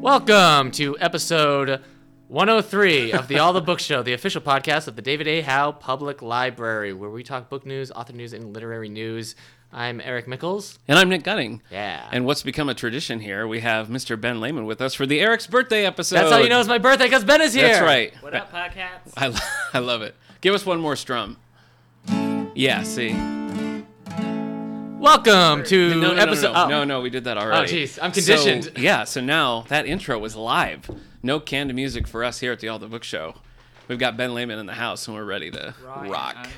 Welcome to episode 103 of the All the Book Show, the official podcast of the David A. Howe Public Library, where we talk book news, author news, and literary news. I'm Eric Mickles. And I'm Nick Gunning. Yeah. And what's become a tradition here, we have Mr. Ben Lehman with us for the Eric's birthday episode. That's how you know it's my birthday because Ben is here. That's right. What up, podcasts? I, lo- I love it. Give us one more strum. Yeah, see. No, Welcome to no, no, no, episode. no, oh. no, no, we did that already. jeez, I'm So, conditioned. yeah, so now that intro was live. No canned music for us here at the All the Book Show. We've got Ben Lehman in the house, and we're ready to rock. Uncut.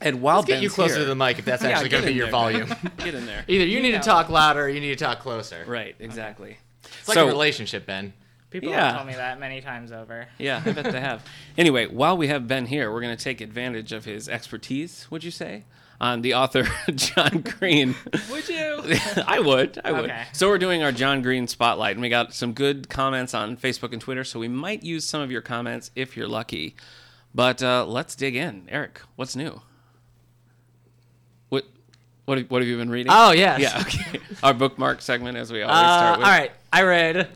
And while Let's get you Ben's closer here- to the mic if that's Yeah, actually get going to in be your there, volume. get in there. Either you, need know. to talk louder or you need to talk closer. Right, exactly. It's like So- a relationship, Ben. People Yeah. have told me that many times over. Yeah, I bet they have. Anyway, while we have Ben here, we're going to take advantage of his expertise, would you say, on the author John Green. Would you? I would. I would. Okay. So we're doing our John Green spotlight, and we got some good comments on Facebook and Twitter, so we might use some of your comments if you're lucky. But uh, let's dig in. Eric, what's new? What what have, what have you been reading? Oh, yes. yeah, okay. Our bookmark segment, as we always Uh, start all with. right, I read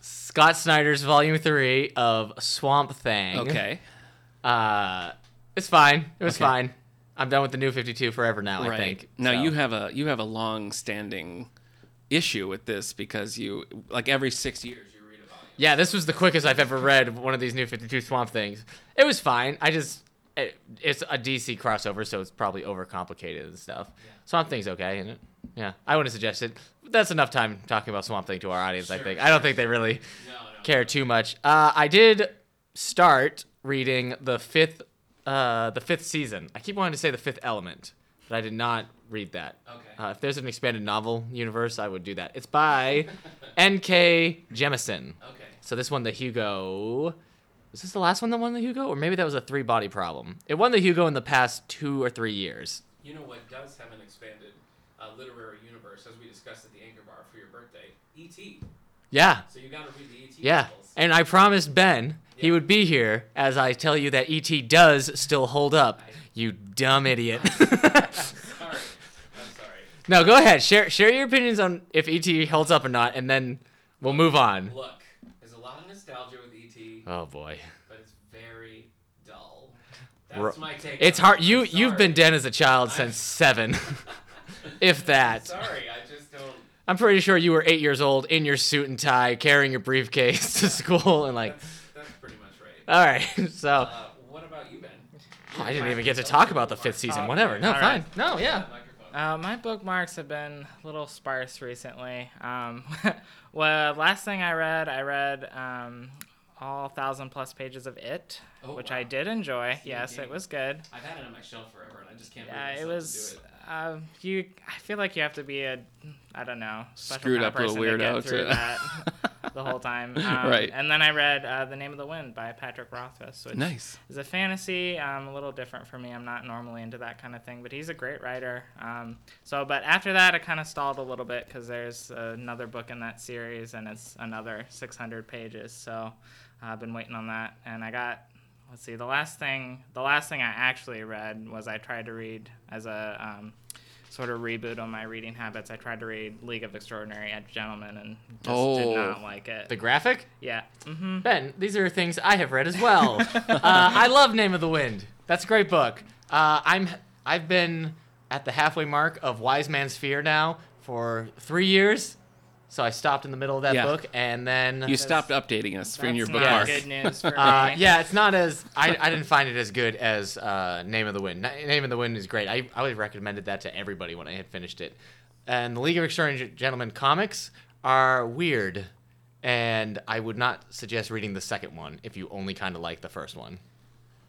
Scott Snyder's Volume Three of Swamp Thing. Okay. uh, it's fine. It was Okay. fine. I'm done with the new 52 forever now. I right. think. Now So- you have a you have a long standing issue with this because you like every six years you read about it. Yeah, this was the quickest I've ever read one of these new 52 Swamp Things. It was fine. I just it, it's a DC crossover, so it's probably overcomplicated and stuff. Swamp Thing's okay, isn't it? Yeah, I wouldn't suggest it. That's enough time talking about Swamp Thing to our audience. I think. I don't think they really care too much. Uh, I did start reading the fifth, uh, the fifth season. I keep wanting to say the fifth element, but I did not read that. Okay. Uh, if there's an expanded novel universe, I would do that. It's by N.K. Jemisin. Okay. So this one, the Hugo. Was this the last one that won the Hugo, or maybe that was a three body problem? It won the Hugo in the past two or three years. You know what does have an expanded uh, literary universe as we discussed at the Anchor Bar for your birthday? E.T. Yeah, So you got to read the E.T. yeah. novels. And I promised Ben he Yeah. would be here as I tell you that ET does still hold up. You dumb idiot. Sorry. I'm sorry. no, go ahead. Share share your opinions on if ET holds up or not, and then we'll move on. Look, there's a lot of nostalgia with E.T., Oh boy, but it's very dull. Ro- That's my take. it's on it. hard. You I'm you've sorry. been dead as a child I- since seven, if that. Sorry, I just don't. I'm pretty sure you were eight years old in your suit and tie, carrying your briefcase to school, and like, That's, that's pretty much right. all right. So Uh, what about you, Ben? I didn't even get to talk about the fifth season. Whatever. No, All fine. right. No, yeah. Microphone. Uh, my bookmarks have been a little sparse recently. Um, well, last thing I read, I read um, all thousand plus pages of It, Oh, which wow. I did enjoy. yes, game. it was good. I've had it on my shelf forever, and I just can't. Yeah, bring it myself was. to do it. Um, you, I feel like you have to be a, I don't know, special Screwed kind up of little person to weirdo get through to- that the whole time. Um, Right. And then I read uh, "The Name of the Wind" by Patrick Rothfuss, which Nice. is a fantasy. Um, a little different for me. I'm not normally into that kind of thing, but he's a great writer. Um, so, but after that, I kind of stalled a little bit because there's another book in that series, and it's another 600 pages. So, uh, I've been waiting on that, and I got. Let's see. The last thing, the last thing I actually read was I tried to read as a um, sort of reboot on my reading habits. I tried to read League of Extraordinary Gentlemen and just Oh. did not like it. The graphic, yeah. hmm Ben. These are things I have read as well. uh, I love Name of the Wind. That's a great book. Uh, I'm I've been at the halfway mark of Wise Man's Fear now for three years, so I stopped in the middle of that Yeah. book, and then You stopped updating us from That's your not bookmark. good news for me. Uh, yeah, it's not as I, I didn't find it as good as uh, Name of the Wind. Na- Name of the Wind is great. I I always recommended that to everybody when I had finished it. And the League of Extraordinary Gentlemen comics are weird, and I would not suggest reading the second one if you only kind of like the first one.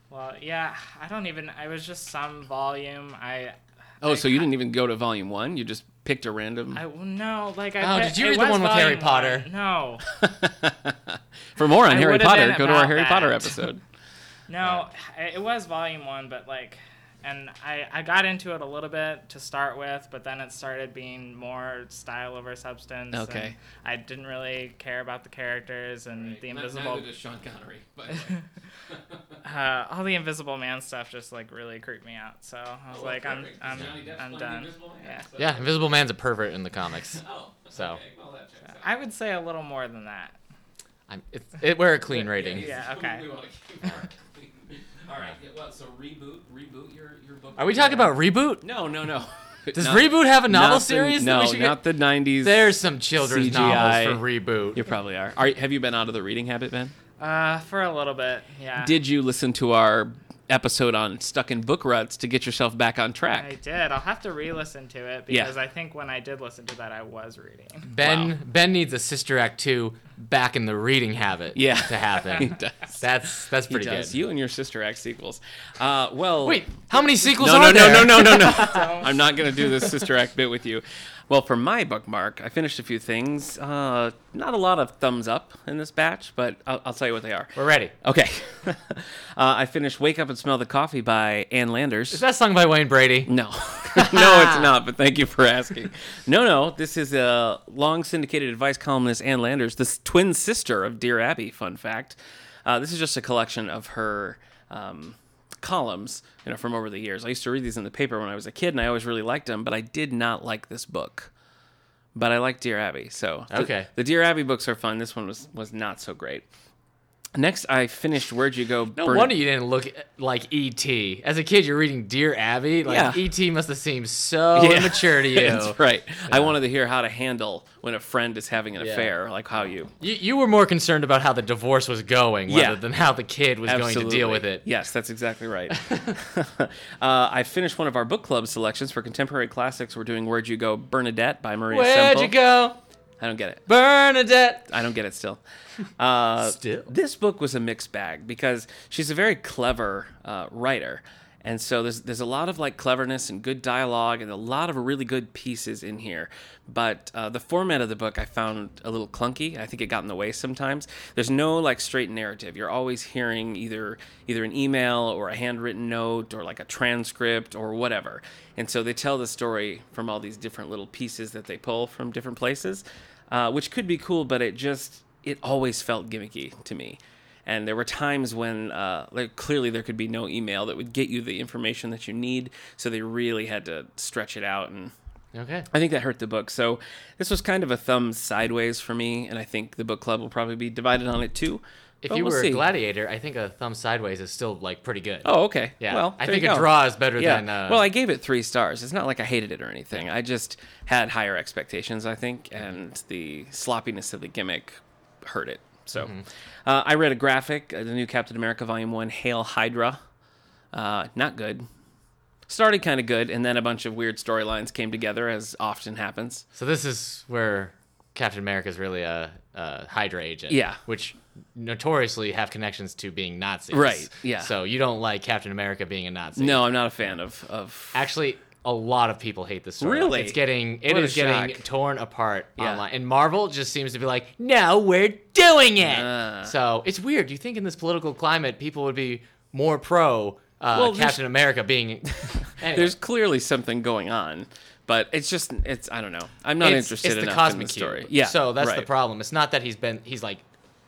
Well, yeah, I don't even. I was just some volume. I. Oh, so you didn't even go to volume one? You just picked a random. I no, like Oh, I. picked- did you it read the was one with Harry volume Potter? one. No, For more on I Harry would've Potter, been go to our about Harry that. Potter episode. no, I- it was volume one, but like, and I I got into it a little bit to start with, but then it started being more style over substance. and Okay. I didn't really care about the characters and the invisible. Sean Connery. uh, all the Invisible Man stuff just like really creeped me out. So I was Oh, like, I'm, perfect, 'cause I'm, Johnny Depp's I'm playing done. Invisible Man, Yeah. so- Yeah, Invisible Man's a pervert in the comics. Oh, So. okay, well, that checks out. I would say a little more than that. I'm, it, it, we're a clean rating. Yeah, okay. We wanna keep our clean. All right. Yeah, well, so reboot, reboot your, your book. Are we talking about reboot? No, no, no. Does Not- reboot have a novel not the- series? that no, we should get? not the '90s. There's some children's novels CGI. for reboot. You probably are. are. Have you been out of the reading habit, Ben? Uh, for a little bit. Yeah. Did you listen to our episode on stuck in book ruts to get yourself back on I track? did. I'll have to re-listen to it Yeah. because I think when I did listen to that, I was reading. Ben Wow. Ben needs a sister act two back in the reading habit. Yeah. to He happen. does. that's that's He pretty does. good. You and your sister act sequels. Uh, well, Wait, how many sequels No, are no, no, there? no, no, no, no. Don't. I'm not going to do this sister act bit with you. Well, for my bookmark, I finished a few things. Uh, not a lot of thumbs up in this batch, but I'll, I'll tell you what they are. We're ready. Okay. uh, I finished Wake Up and Smell the Coffee by Ann Landers. Is that song by Wayne Brady? No, no, it's not. But thank you for asking. No, no, this is a long syndicated advice columnist Ann Landers, the s- twin sister of Dear Abby. Fun fact: uh, this is just a collection of her um, columns, you know, from over the years. I used to read these in the paper when I was a kid, and I always really liked them. But I did not like this book. But I like Dear Abby, so the- Okay. The, Dear Abby books are fun. This one was was not so great. Next, I finished Where'd You Go? No Bern- wonder you didn't look like E.T. As a kid, you're reading Dear Abby. Like Yeah. E.T. must have seemed so Yeah. immature to you. That's right. I wanted to hear how to handle when a friend is having an Yeah. affair, like how you You, you were more concerned about how the divorce was going Yeah. rather than how the kid was going to deal with it. Yes, that's exactly right. uh, I finished one of our book club selections for contemporary classics. We're doing "Where'd You Go, Bernadette" by Maria Where'd Semple. you go, I don't get it. Bernadette? I don't get it still. Uh, Still. This book was a mixed bag because she's a very clever uh, writer. And so there's, there's a lot of like cleverness and good dialogue and a lot of really good pieces in here. But uh, the format of the book I found a little clunky. I think it got in the way sometimes. There's no like straight narrative. You're always hearing either either an email or a handwritten note or like a transcript or whatever. And so they tell the story from all these different little pieces that they pull from different places uh, which could be cool, but it just it always felt gimmicky to me. And there were times when, uh, like, clearly there could be no email that would get you the information that you need, so they really had to stretch it out. And Okay. I think that hurt the book. So this was kind of a thumb sideways for me, and I think the book club will probably be divided on it too. If but you we'll were see. a gladiator, I think a thumb sideways is still like pretty good. Oh, okay. Yeah. Well, I there think you a go. draw is better Yeah. than. Uh, well, I gave it three stars. It's not like I hated it or anything. I just had higher expectations, I think, and the sloppiness of the gimmick hurt it. So, Mm-hmm. uh, I read a graphic, uh, the new Captain America Volume One, Hail Hydra. Uh, not good. Started kind of good, and then a bunch of weird storylines came together, as often happens. so this is where Captain America is really a, a Hydra agent. Yeah. Which notoriously have connections to being Nazis. Right, yeah. So you don't like Captain America being a Nazi. No, I'm not a fan of of. Actually, a lot of people hate this story. Really? It's getting it is What a getting shock. torn apart Yeah. online. And Marvel just seems to be like, "No, we're doing it." Ah. So, it's weird. Do you think in this political climate people would be more pro uh, Well, there's- Captain America being Anyway, There's clearly something going on, but it's just it's I don't know. I'm not it's, interested it's the enough cosmic in the cube. story. Yeah. So that's the right. problem. It's not that he's been he's like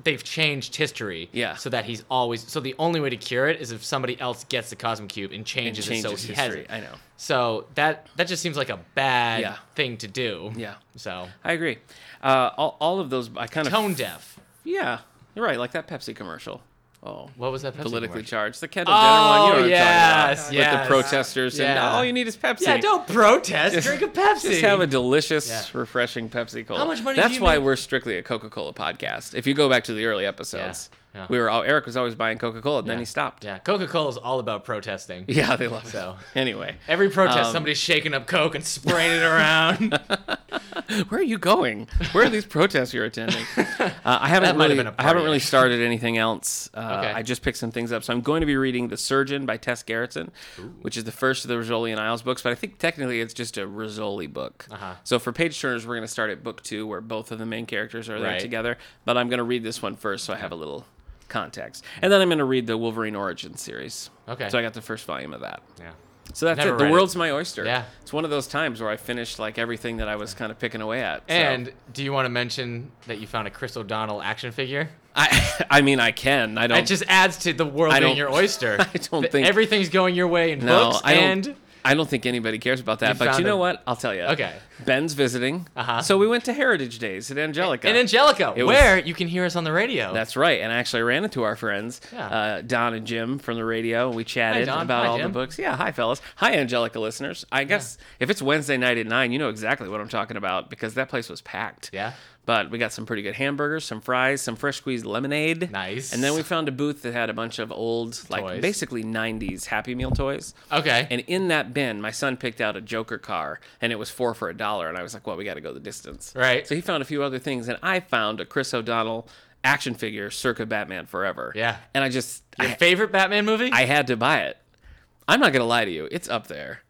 they've changed history Yeah. so that he's always so the only way to cure it is if somebody else gets the cosmic cube and And changes, it so changes he has history. it. I know. So that that just seems like a bad Yeah. thing to do. Yeah. So I agree. Uh, all, all of those, I kind of tone deaf. Yeah, you're right. Like that Pepsi commercial. Oh, What was that? Pepsi politically commercial? Oh, charged. The Kendall Jenner one. You know what I'm talking yes, about. With yes. the protesters and Yeah. all you need is Pepsi. Yeah, don't protest. drink a Pepsi. Just have a delicious, Yeah. refreshing Pepsi Cola. How much money do That's you why make? we're strictly a Coca Cola podcast. If you go back to the early episodes, Yeah, yeah. we were all Eric was always buying Coca Cola, and then Yeah. he stopped. yeah, Coca Cola is all about protesting. Yeah, they love So. it. Anyway, Every protest, Um, somebody's shaking up Coke and spraying it around. where are you going? Where are these protests you're attending? Uh, I haven't might have really, been a I haven't party, really started anything else. Uh, Okay. I just picked some things up, so I'm going to be reading *The Surgeon* by Tess Gerritsen, which is the first of the Rizzoli and Isles books. But I think technically it's just a Rizzoli book. Uh-huh. So for page turners, we're going to start at book two, where both of the main characters are there Right. together. But I'm going to read this one first, so I have a little context, and then I'm going to read the Wolverine origin series. Okay. So I got the first volume of that. yeah. So that's Never it. The read it. world's my oyster. Yeah. It's one of those times where I finished like everything that I was kind of picking away at. so- And do you want to mention that you found a Chris O'Donnell action figure? I I mean I can. I don't. It just adds to the world I being don't- your oyster. I don't Th- think- everything's going your way in no, books I don't. and I don't think anybody cares about that. You but found you know a- what? I'll tell you. Okay. Ben's visiting. Uh-huh. So we went to Heritage Days at Angelica. and Angelica, It was- where you can hear us on the radio. That's right. And I actually ran into our friends, Yeah. uh, Don and Jim from the radio. and We chatted Don. about Hi, all the Jim. books. Yeah. Hi, fellas. Hi, Angelica listeners. I guess if it's Wednesday night at nine, you know exactly what I'm talking about because that place was packed. Yeah. But we got some pretty good hamburgers, some fries, some fresh squeezed lemonade. Nice. And then we found a booth that had a bunch of old, like Toys. basically 90s Happy Meal toys. okay. And in that bin, my son picked out a Joker car, and it was four for a dollar. And I was like, "Well, we got to go the distance." Right. So he found a few other things, and I found a Chris O'Donnell action figure, circa Batman Forever. Yeah. And I just, your I, favorite Batman movie? I had to buy it. I'm not gonna lie to you; it's up there.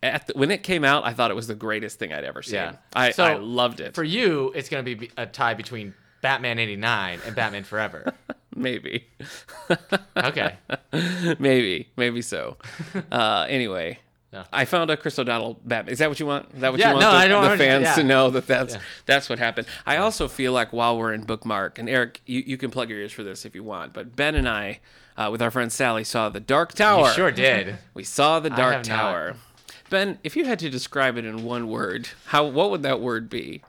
At the, when it came out, I thought it was the greatest thing I'd ever seen. Yeah. I, So, I loved it. For you, it's going to be a tie between Batman 89 and Batman Forever. Maybe. Okay. maybe, maybe so. Uh, anyway, Yeah. I found a Chris O'Donnell Batman. Is that what you want? Is that what Yeah, you want no, the, I don't the understand. fans to Yeah. know that that's that's what happened. I also feel like while we're in Bookmark, and Eric, you, you can plug your ears for this if you want, but Ben and I, uh, with our friend Sally, saw the Dark Tower. You sure did. We saw the Dark have not. Tower. Ben, if you had to describe it in one word, how what would that word be?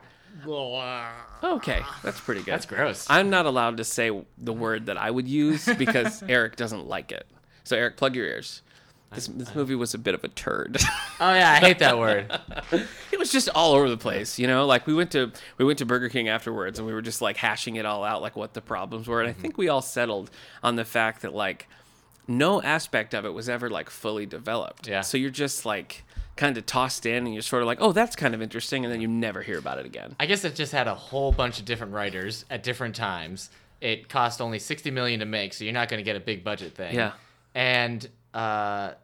Okay, that's pretty good. Oh. That's gross. I'm not allowed to say the word that I would use because Eric doesn't like it. So Eric, plug your ears. This, this movie was a bit of a turd. Oh yeah, I hate that word. it was just all over the place, you know. Like we went to we went to Burger King afterwards, and we were just like hashing it all out, like what the problems were. And I think we all settled on the fact that like no aspect of it was ever like fully developed. Yeah. So you're just like kind of tossed in, and you're sort of like, oh, that's kind of interesting, and then you never hear about it again. I guess it just had a whole bunch of different writers at different times. It cost only 60 million to make, so you're not going to get a big budget thing. Yeah. And uh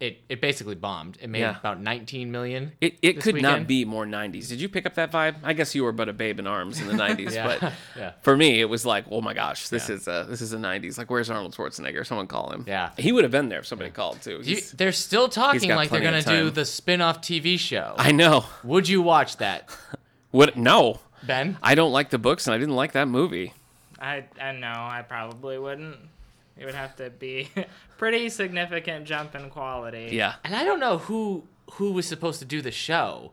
it it basically bombed. It made Yeah. about 19 million. It, it this could weekend. not be more 90s. Did you pick up that vibe? I guess you were but a babe in arms in the 90s, Yeah. but Yeah. for me it was like, "Oh my gosh, this is a this is a 90s. Like where's Arnold Schwarzenegger? Someone call him." Yeah. He would have been there if somebody called too. You, He's- they're still talking got like they're plenty going of to do time. the spin-off TV show. I know. Would you watch that, What no. Ben? I don't like the books and I didn't like that movie. I I know I probably wouldn't. It would have to be pretty significant jump in quality. Yeah. and I don't know who who was supposed to do the show.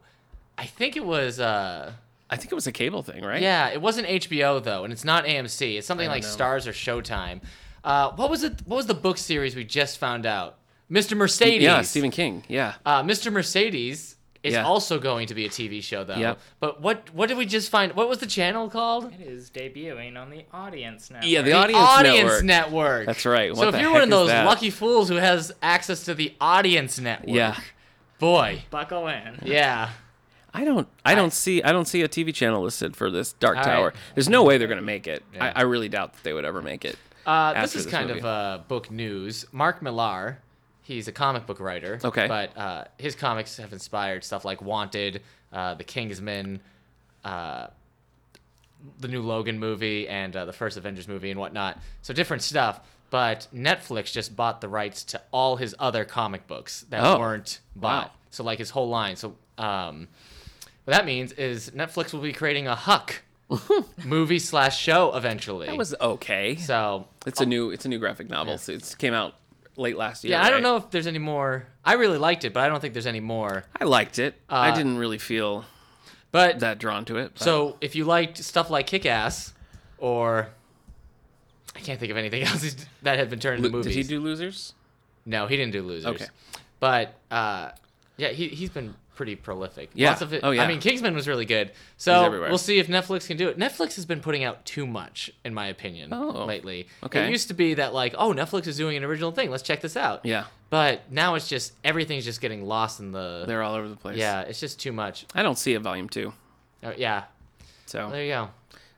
I think it was uh I think it was a cable thing, right? yeah, it wasn't HBO though, and it's not AMC. It's something like Stars or Showtime. Uh, what was it? What was the book series we just found out? Mr. Mercedes. Yeah, Stephen King. Yeah. Uh, Mr. Mercedes is Yeah. also going to be a TV show though. Yep. But what what did we just find? What was the channel called? It is debuting on the audience now. Yeah, the Audience Network. Network. That's right. What so if the you're heck one of is those that? lucky fools who has access to the Audience Network, Yeah. boy, buckle in. yeah. I don't I don't see I don't see a TV channel listed for this Dark All right. Tower. There's no way they're going to make it. Yeah. I, I really doubt that they would ever make it. Uh, this after is this kind movie. of uh, book news. Mark Millar, he's a comic book writer. Okay. But uh, his comics have inspired stuff like Wanted, uh, The Kingsman, uh, the new Logan movie, and uh, the first Avengers movie, and whatnot. So different stuff. But Netflix just bought the rights to all his other comic books that Oh. weren't bought. Wow. So like his whole line. So um, what that means is Netflix will be creating a Huck movie slash show eventually. That was okay. so It's a new it's a new graphic novel. So it came out late last year. Oh. Yeah, I don't right? know if there's any more. I really liked it, but I don't think there's any more. I liked it. I didn't really feel But that drawn to it. but- Uh, so if you liked stuff like Kick Ass, or I can't think of anything else he's- that had been turned into Lo- movies. did he do Losers? no, he didn't do Losers. Okay. But uh, yeah, he he's been pretty prolific. Yeah. Lots of it, Oh, yeah. I mean, Kingsman was really good. He's So everywhere. we'll see if Netflix can do it. Netflix has been putting out too much, in my opinion, Oh, lately. okay. It used to be that like, oh, Netflix is doing an original thing. Let's check this out. Yeah, But now it's just everything's just getting lost in the they're all over the place. Yeah, it's just too much. I don't see a volume two, Uh, yeah, so Oh. there you go.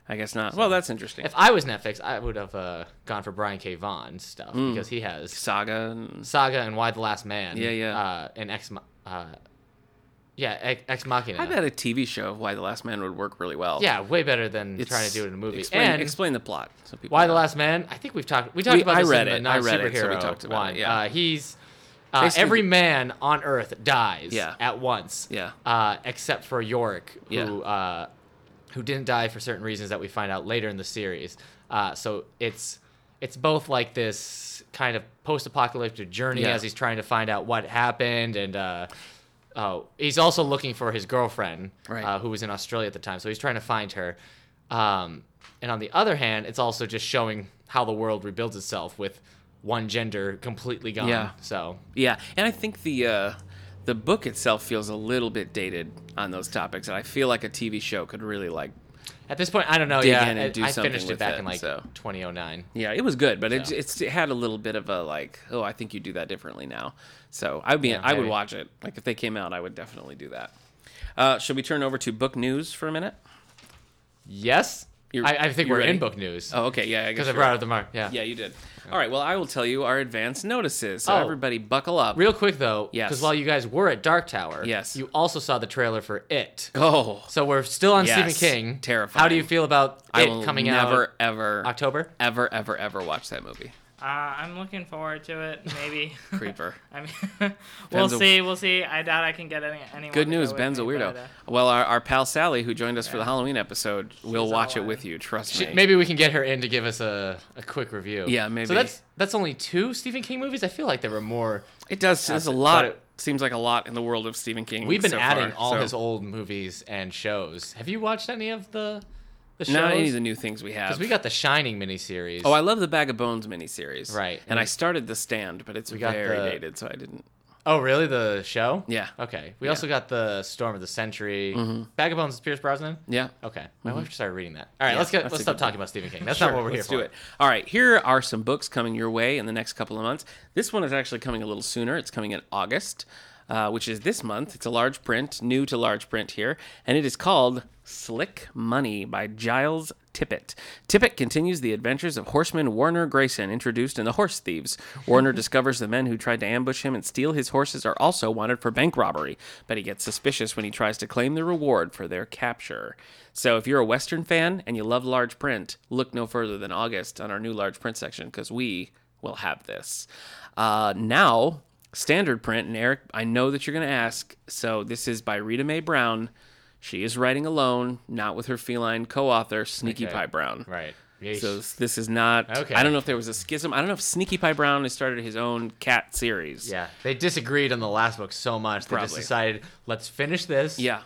I guess not. Well, that's interesting. If I was Netflix, I would have uh, gone for Brian K. Vaughan's stuff because he has Saga. And... Saga and Why the Last Man. Mm. Yeah, yeah. Uh, and Ex, Ma- uh, yeah, Ex- Ex Machina. I bet a TV show of Why the Last Man would work really well. yeah, way better than It's- trying to do it in a movie. Explain, and explain the plot. So people Why the know. Last Man? I think we've talked. We talked We- about I this read in it. the I non read it, so we superhero talked about it, one. yeah. Uh, he's uh, Basically- every man on Earth dies Yeah. at once. Yeah. Uh, except for Yorick, who Yeah. uh, who didn't die for certain reasons that we find out later in the series. Uh, so it's it's both like this kind of post-apocalyptic journey Yeah. as he's trying to find out what happened and uh, oh he's also looking for his girlfriend Right. uh, who was in australia at the time so he's trying to find her um, and on the other hand it's also just showing how the world rebuilds itself with one gender completely gone Yeah. so Yeah, and I think the uh, the book itself feels a little bit dated on those topics, and I feel like a TV show could really like. at this point i don't know Dig yeah in and I- do i something finished it with back it, in like so. 2009 Yeah, it was good, but it, it's it had a little bit of a like, oh, I think you do that differently now. So I would be, I would maybe. watch it. Like if they came out, I would definitely do that. Uh, should we turn over to book news for a minute? yes You're- I, I think you we're ready? in book news Oh, okay, yeah, I guess because I you're brought right. up the mark. Yeah. Yeah, you did. All right, well, I will tell you our advance notices. So Oh. everybody, buckle up. Real quick though, Yes. because while you guys were at Dark Tower, Yes. you also saw the trailer for It. oh, So we're still on Stephen Yes. King. Terrifying. How do you feel about I It will coming never, out ever, October? ever, ever, ever watch that movie. Uh, I'm looking forward to it. Maybe. Creeper. I mean, we'll Ben's a- see. We'll see. I doubt I can get any. anyone Good to go news, with Ben's a me, weirdo. but, uh, Well, our, our pal Sally, who joined us for the Halloween episode, will She's watch it all in. with you. Trust Sh- me. Maybe we can get her in to give us a, a quick review. Yeah, maybe. So that's that's only two Stephen King movies. I feel like there were more. it does. There's a But lot. it- seems like a lot in the world of Stephen King. We've been so adding far, all so- his old movies and shows. Have you watched any of the the shows? Not any of the new things we have. Because we got the Shining miniseries. oh, I love the Bag of Bones miniseries. Right. And I started The Stand, but it's got very the- dated, so I didn't. Oh, really? The show? Yeah. Mm-hmm. Okay. We also got the Storm of the Century. Bag of Bones is Pierce Brosnan. Yeah. Okay. My Mm-hmm. wife started reading that. All right. let's that's get. a Let's stop good talking about Stephen King. That's Sure, not what we're let's here do for. it. All right, here are some books coming your way in the next couple of months. This one is actually coming a little sooner. It's coming in August, uh, which is this month. It's a large print, new to large print here, and it is called Slick Money by Giles Tippett. Tippett continues the adventures of horseman Warner Grayson, introduced in The Horse Thieves. Warner discovers the men who tried to ambush him and steal his horses are also wanted for bank robbery, but he gets suspicious when he tries to claim the reward for their capture. So if you're a Western fan and you love large print, look no further than August on our new large print section because we will have this. Uh, now, standard print, and Eric, I know that you're going to ask. So this is by Rita Mae Brown. She is writing alone, not with her feline co author, Sneaky Okay. Pie Brown. Right. So this is not. Okay. I don't know if there was a schism. I don't know if Sneaky Pie Brown has started his own cat series. yeah. They disagreed on the last book so much. They just Probably. decided let's finish this. Yeah.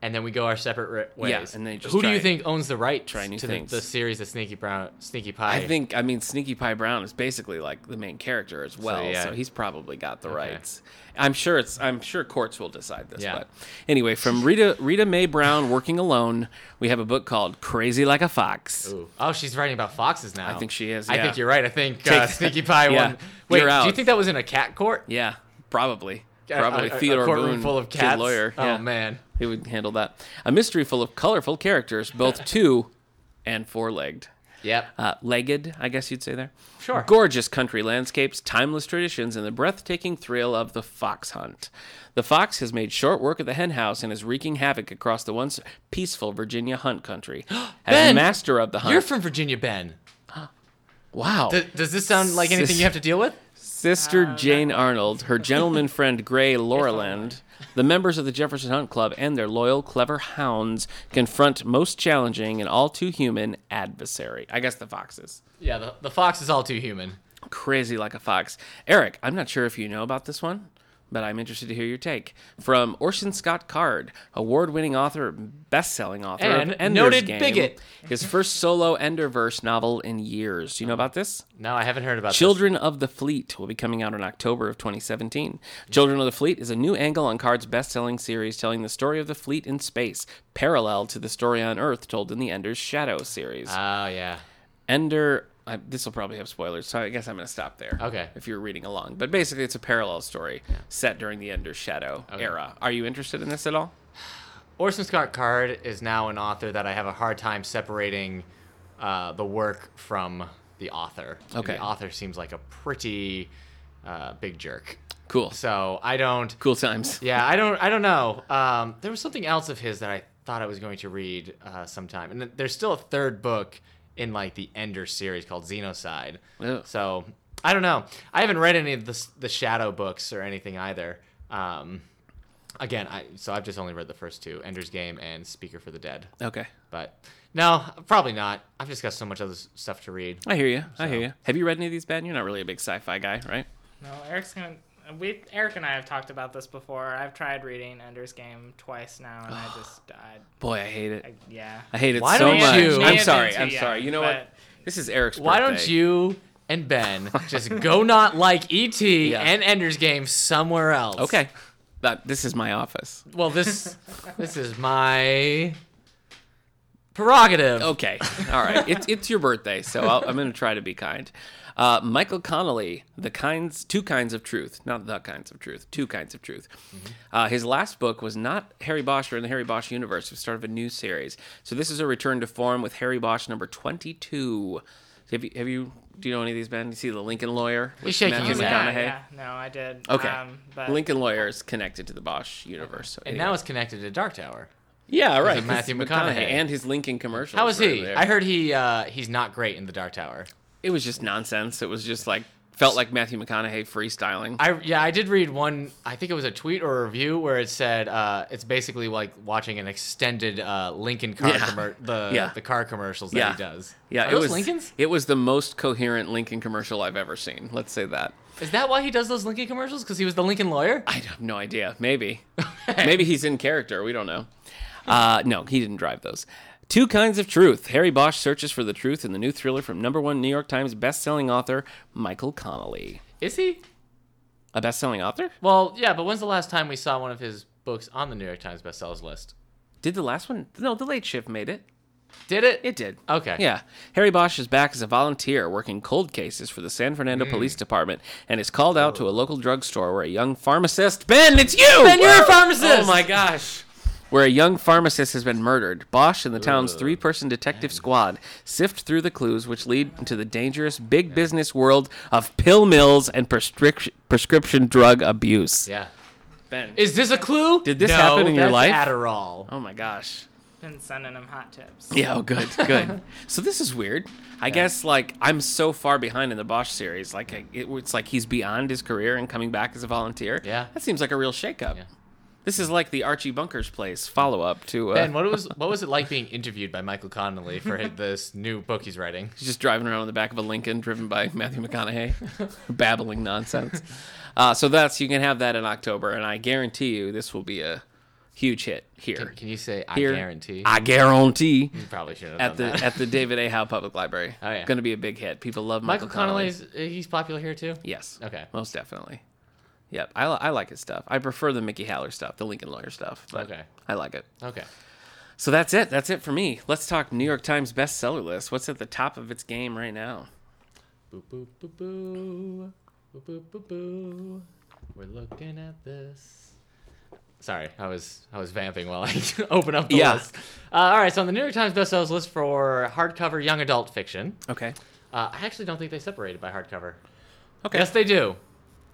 And then we go our separate ri- ways. Yeah, and they just Who do try- you think owns the right new to the, things. the series of Sneaky Brown, Sneaky Pie? I think I mean Sneaky Pie Brown is basically like the main character as well, so, yeah. he's probably got the rights. I'm sure it's I'm sure courts will decide this. Yeah. But anyway, from Rita Rita Mae Brown working alone, we have a book called Crazy Like a Fox. Ooh. Oh, she's writing about foxes now. I think she is, I yeah. think you're right. I think Take uh, that. Sneaky Pie Yeah. won. Wait, You're do you out. think that was in a cat court? Yeah, probably. A- Probably a, a Theodore courtroom Boone, full of kid cats. lawyer. Oh yeah. man. he would handle that. A mystery full of colorful characters, both two and four legged. Yep. uh, legged, I guess you'd say there. Sure. Gorgeous country landscapes, timeless traditions, and the breathtaking thrill of the fox hunt. The fox has made short work of the hen house and is wreaking havoc across the once peaceful Virginia hunt country. As Ben, master of the hunt. You're from Virginia, Ben. wow. Th- does this sound like anything you have to deal with? Sister Ah, Jane Arnold, her gentleman friend Gray Laureland, the members of the Jefferson Hunt Club, and their loyal, clever hounds confront most challenging and all too human adversary. I guess the foxes. Yeah, the, the fox is all too human. crazy like a fox. Eric, I'm not sure if you know about this one, but I'm interested to hear your take. From Orson Scott Card, award-winning author, best-selling author, And of Ender's noted Game, bigot. His first solo Enderverse novel in years. Do you know about this? No, I haven't heard about Children of the Fleet will be coming out in October of 2017. Children of the Fleet is a new angle on Card's best-selling series telling the story of the fleet in space, parallel to the story on Earth told in the Ender's Shadow series. this. Oh yeah. Ender. I, this will probably have spoilers, so I guess I'm going to stop there. Okay. If you're reading along, but basically, it's a parallel story set during the Ender's Shadow era. Are you interested in this at all? Orson Scott Card is now an author that I have a hard time separating uh, the work from the author. And Okay. The author seems like a pretty uh, big jerk. Cool. So I don't. Cool times. Yeah, I don't. I don't know. Um, there was something else of his that I thought I was going to read uh, sometime, and th- there's still a third book in like the Ender series called Xenocide. Ugh. So I don't know. I haven't read any of the s- the Shadow books or anything either. Um, again, I so I've just only read the first two, Ender's Game and Speaker for the Dead. Okay. But no, probably not. I've just got so much other s- stuff to read. I hear you. I hear you. Have you read any of these, Ben? You're not really a big sci-fi guy, right? No, Eric's gonna. We Eric and I have talked about this before. I've tried reading Ender's Game twice now, and I just died. Boy, I hate it. I, yeah. I hate it Why so don't much. you- I'm Maybe sorry. too I'm young, sorry. You know what? but- This is Eric's Why don't birthday. you and Ben just go not like ET and Ender's Game somewhere else? Okay. That, this is my office. Well, this this is my prerogative. Okay. All right. It's it's your birthday, so I'll, I'm going to try to be kind. Uh, Michael Connolly, the kinds, two kinds of truth, not the kinds of truth, two kinds of truth. Uh, his last book was not Harry Bosch or in the Harry Bosch universe. It was sort of a new series. So this is a return to form with Harry Bosch number twenty-two. Have you, have you do you know any of these, Ben? You see the Lincoln Lawyer? with shaking Matthew his head. yeah, McConaughey? Oh yeah. No, I did. Okay. Um, but Lincoln Lawyer is connected to the Bosch universe. So And anyway. now it's connected to Dark Tower. yeah, right. of Matthew 'cause McConaughey. and his Lincoln commercial. How is he? I heard he uh, he's not great in the Dark Tower. it was just nonsense. It was just like felt like Matthew McConaughey freestyling. I yeah, I did read one. I think it was a tweet or a review where it said uh, it's basically like watching an extended uh, Lincoln car Yeah. commer- the Yeah. the car commercials that yeah, he does. Yeah, Are it those was Lincolns. It was the most coherent Lincoln commercial I've ever seen. Let's say that. Is that why he does those Lincoln commercials? Because he was the Lincoln lawyer. I have no idea. Maybe, maybe he's in character. We don't know. Uh, no, he didn't drive those. Two kinds of truth. Harry Bosch searches for the truth in the new thriller from number one New York Times best-selling author Michael Connolly. Is he? A best-selling author? Well, yeah, but when's the last time we saw one of his books on the New York Times bestsellers list? Did the last one? No, the late shift made it. Did it? It did. Okay. Yeah. Harry Bosch is back as a volunteer working cold cases for the San Fernando Police Department and is called out to a local drugstore where a young pharmacist Ben, it's you! Ben, you're a pharmacist! Oh my gosh. Where a young pharmacist has been murdered, Bosch and the town's three person detective squad sift through the clues which lead into the dangerous big business world of pill mills and prescription prescription drug abuse. Yeah. Ben. Is this a clue? Did this happen in your life? Adderall. oh my gosh. been sending him hot tips. Yeah, oh, good, good. so this is weird. I guess like I'm so far behind in the Bosch series. Like I- it, it's like he's beyond his career and coming back as a volunteer. Yeah. that seems like a real shakeup. Yeah. This is like the Archie Bunker's place follow up to uh, Ben, what was what was it like being interviewed by Michael Connolly for his- this new book he's writing? He's just driving around in the back of a Lincoln, driven by Matthew McConaughey, babbling nonsense. Uh, so that's you can have that in October, and I guarantee you this will be a huge hit here. Can you say I Here. guarantee? I guarantee you probably should have at done the that. at the David A. Howe Public Library. Oh, yeah. going to be a big hit. People love Michael, Michael Connolly. Connolly's he's popular here too. Yes. Okay. Most definitely. Yep. I, li- I like his stuff. I prefer the Mickey Howler stuff, the Lincoln Lawyer stuff. But Okay. I like it. Okay. So that's it. That's it for me. Let's talk New York Times bestseller list. What's at the top of its game right now? Boo boo boo boo. Boo boo boo boo. We're looking at this. Sorry, I was I was vamping while I open up the Yeah. list. Uh, all right, so on the New York Times bestsellers list for hardcover young adult fiction, Okay. uh, I actually don't think they separated by hardcover. Okay. Yes, they do.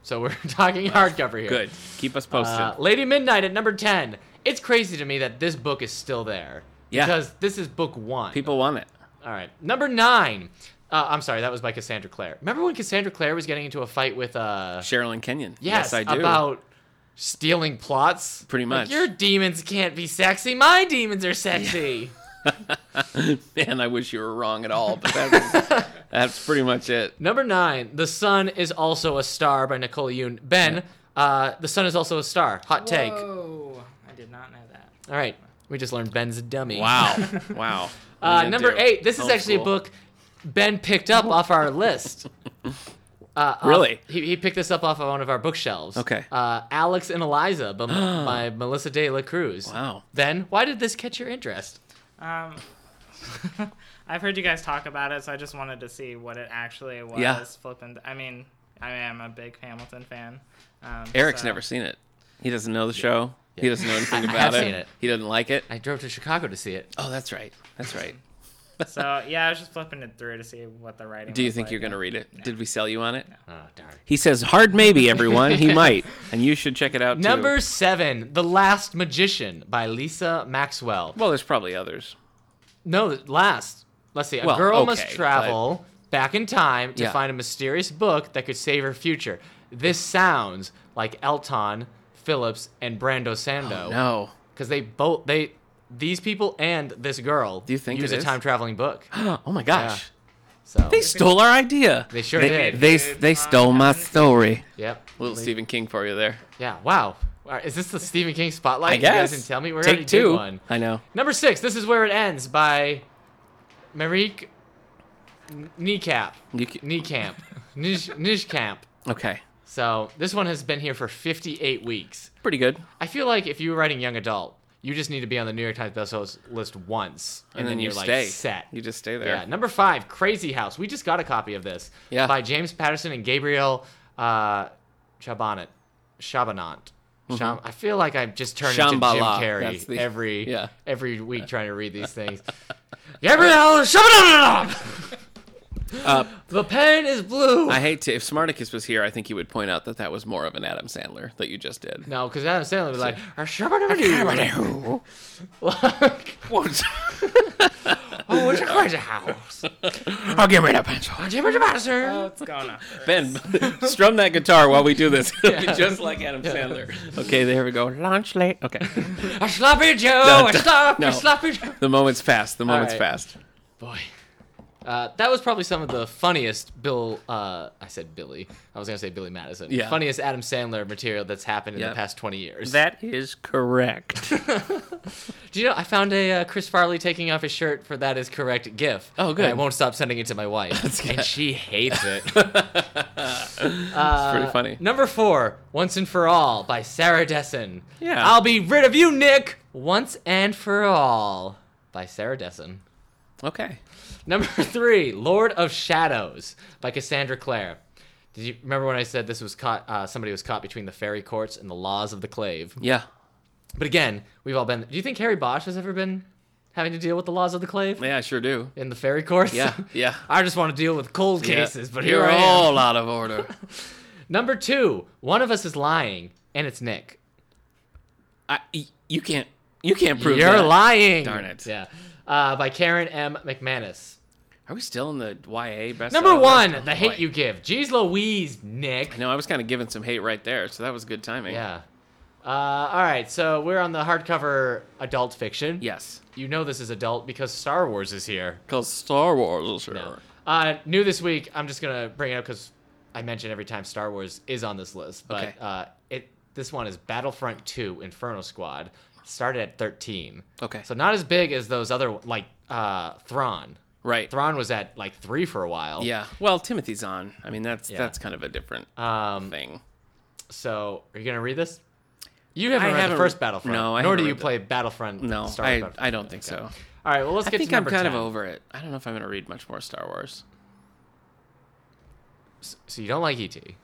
So we're talking hardcover here. Good. Keep us posted. Uh, Lady Midnight at number 10. It's crazy to me that this book is still there. Yeah. Because this is book one. People want it. All right. Number nine. Uh, I'm sorry, that was by Cassandra Clare. Remember when Cassandra Clare was getting into a fight with. Uh, Sherilyn Kenyon. yes, I do. About stealing plots? Pretty Like, much. your demons can't be sexy. My demons are sexy. Man, I wish you were wrong at all, but that's, that's pretty much it. Number nine. The Sun is Also a Star by Nicole Yoon. Ben, uh, The Sun is Also a Star. Hot take. All Whoa! Oh, I did not know that. right. We just learned Ben's a dummy. Wow. Wow. What are Uh, you gonna number do? eight. This is actually Homeschool. a book Ben picked up off our list. Uh, off- Really? he, he picked this up off of one of our bookshelves. Okay. Uh, Alex and Eliza by, by Melissa De La Cruz. Wow. Ben, why did this catch your interest? Um, I've heard you guys talk about it, so I just wanted to see what it actually was. Yeah. Flipping. I mean, I am a big Hamilton fan. Um, Eric's so- never seen it. He doesn't know the show. He doesn't know anything I- I about have it. seen it. He doesn't like it. I drove to Chicago to see it. Oh, that's right. That's right. So yeah, I was just flipping it through to see what the writing. Do you was think like. you're going to read it? Did we sell you on it? Oh, darn. He says hard maybe everyone, he might. And you should check it out too. Number seven, The Last Magician by Lisa Maxwell. Well, there's probably others. No, last. Let's see. A Well, girl must okay, travel back in time to Yeah. find a mysterious book that could save her future. This sounds like Elton Phillips and Brando Sando. Oh, No. Because they both they these people and this girl Do you think use it a is? time traveling book. Oh my gosh. So They stole our idea. They sure they, did. They, they stole my story. yep. Little Stephen King for you there. Yeah. Wow. All right, Is this the Stephen King spotlight? I guess. You guys didn't tell me. We already Take did two. one. I know. Number six. This is where it ends by Marique N- Kneecap. You ca- Kneecamp. Nish Nishcamp. okay. So this one has been here for 58 weeks. Pretty good. I feel like if you were writing young adult, you just need to be on the New York Times bestsellers list once, and, And, then, you you're stay. like set. You just stay there. yeah. Number five, Crazy House. We just got a copy of this. Yeah. By James Patterson and Gabriel uh, Chabanat. Chabanant. Sham- I feel like I'm just turning into Jim Mm-hmm. Shambhala. That's Carrey the- every yeah. every week trying to read these things. Gabriel Chabanant. Uh, the pen is blue. I hate to. If Smarticus was here, I think he would point out that that was more of an Adam Sandler that you just did. no, because Adam Sandler was like, Chabanant. Look. Oh, it's a crazy house. I'll get rid of pencil. Jimmy Jabasser. What's going on? Ben, strum that guitar while we do this. It'll be just like Adam Sandler. Okay, there we go. Launch late. Okay. A sloppy Joe. A don't- sloppy, no. sloppy Joe. The moment's fast. The moment's right. fast. Boy. Uh, that was probably some of the funniest Bill. Uh, I said Billy. I was gonna say Billy Madison. Yeah. Funniest Adam Sandler material that's happened in Yeah. the past twenty years. That is correct. Do you know? I found a uh, Chris Farley taking off his shirt for that is correct gif. Oh, good. And I won't stop sending it to my wife, and she hates it. Uh, It's pretty funny. Number four, Once and For All by Sarah Dessen. Yeah. I'll be rid of you, Nick. Once and For All by Sarah Dessen. Okay. Number three, Lord of Shadows by Cassandra Clare. Did you remember when I said this was caught? Uh, somebody was caught between the fairy courts and the laws of the clave. Yeah. But again, we've all been. Do you think Harry Bosch has ever been having to deal with the laws of the clave Yeah, I sure do. in the fairy courts? Yeah. Yeah. I just want to deal with cold Yeah. cases, but here You're I am. all out of order. Number two, one of us is lying, and it's Nick. I, y- you can't. You can't prove You're that. lying. Darn it. Yeah. Uh, by Karen M. McManus. Are we still in the YA best? Number one, Oh, the hate boy. you give. Jeez Louise, Nick. No, I was kind of giving some hate right there, so that was good timing. Yeah. Uh, all right, so we're on the hardcover adult fiction. Yes. You know this is adult because Star Wars is here. Because Star Wars is here. No. Uh, new this week, I'm just going to bring it up because I mention every time Star Wars is on this list. But Okay. uh, it this one is Battlefront 2 Inferno Squad. Started at 13. Okay. So not as big as those other, like uh, Thrawn. Right. Thrawn was at like three for a while. Yeah. Well, Timothy's on. I mean, that's Yeah. that's kind of a different Um, thing. so are you gonna read this? You haven't I read haven't- the first Battlefront. no, I Nor do haven't you read the- play Battlefront. Star No, Wars I, Battlefront. I don't think so. All right. Well, let's I get think to I'm number kind of 10. over it. I don't know if I'm going to read much more Star Wars. So you don't like ET.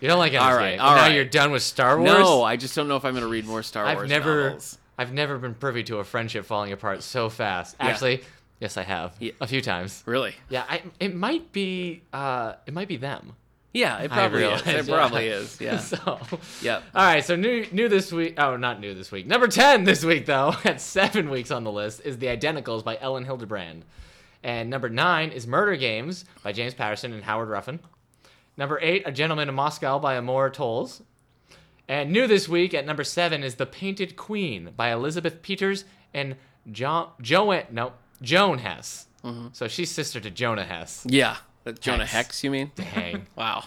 you don't like NSA. All right, all now right. you're done with Star Wars. No, I just don't know if I'm going to read more Star I've Wars never, novels. I've never been privy to a friendship falling apart so fast. Actually, yes, I have Yeah. a few times. Really? Yeah, I, it might be, uh, it might be them. Yeah, it probably is. realize, It yeah. probably is. Yeah. So, Yep. All right, so new new this week. Oh, not new this week. Number ten this week though, at seven weeks on the list is The Identicals by Ellen Hildebrand, and number nine is Murder Games by James Patterson and Howard Ruffin. Number eight, A Gentleman in Moscow by Amor Tolles. And new this week at number seven is The Painted Queen by Elizabeth Peters and John Joan no Joan Hess. Mm-hmm. So she's sister to Jonah Hess. Yeah. That Jonah Hex. Hex, you mean? Dang. Wow.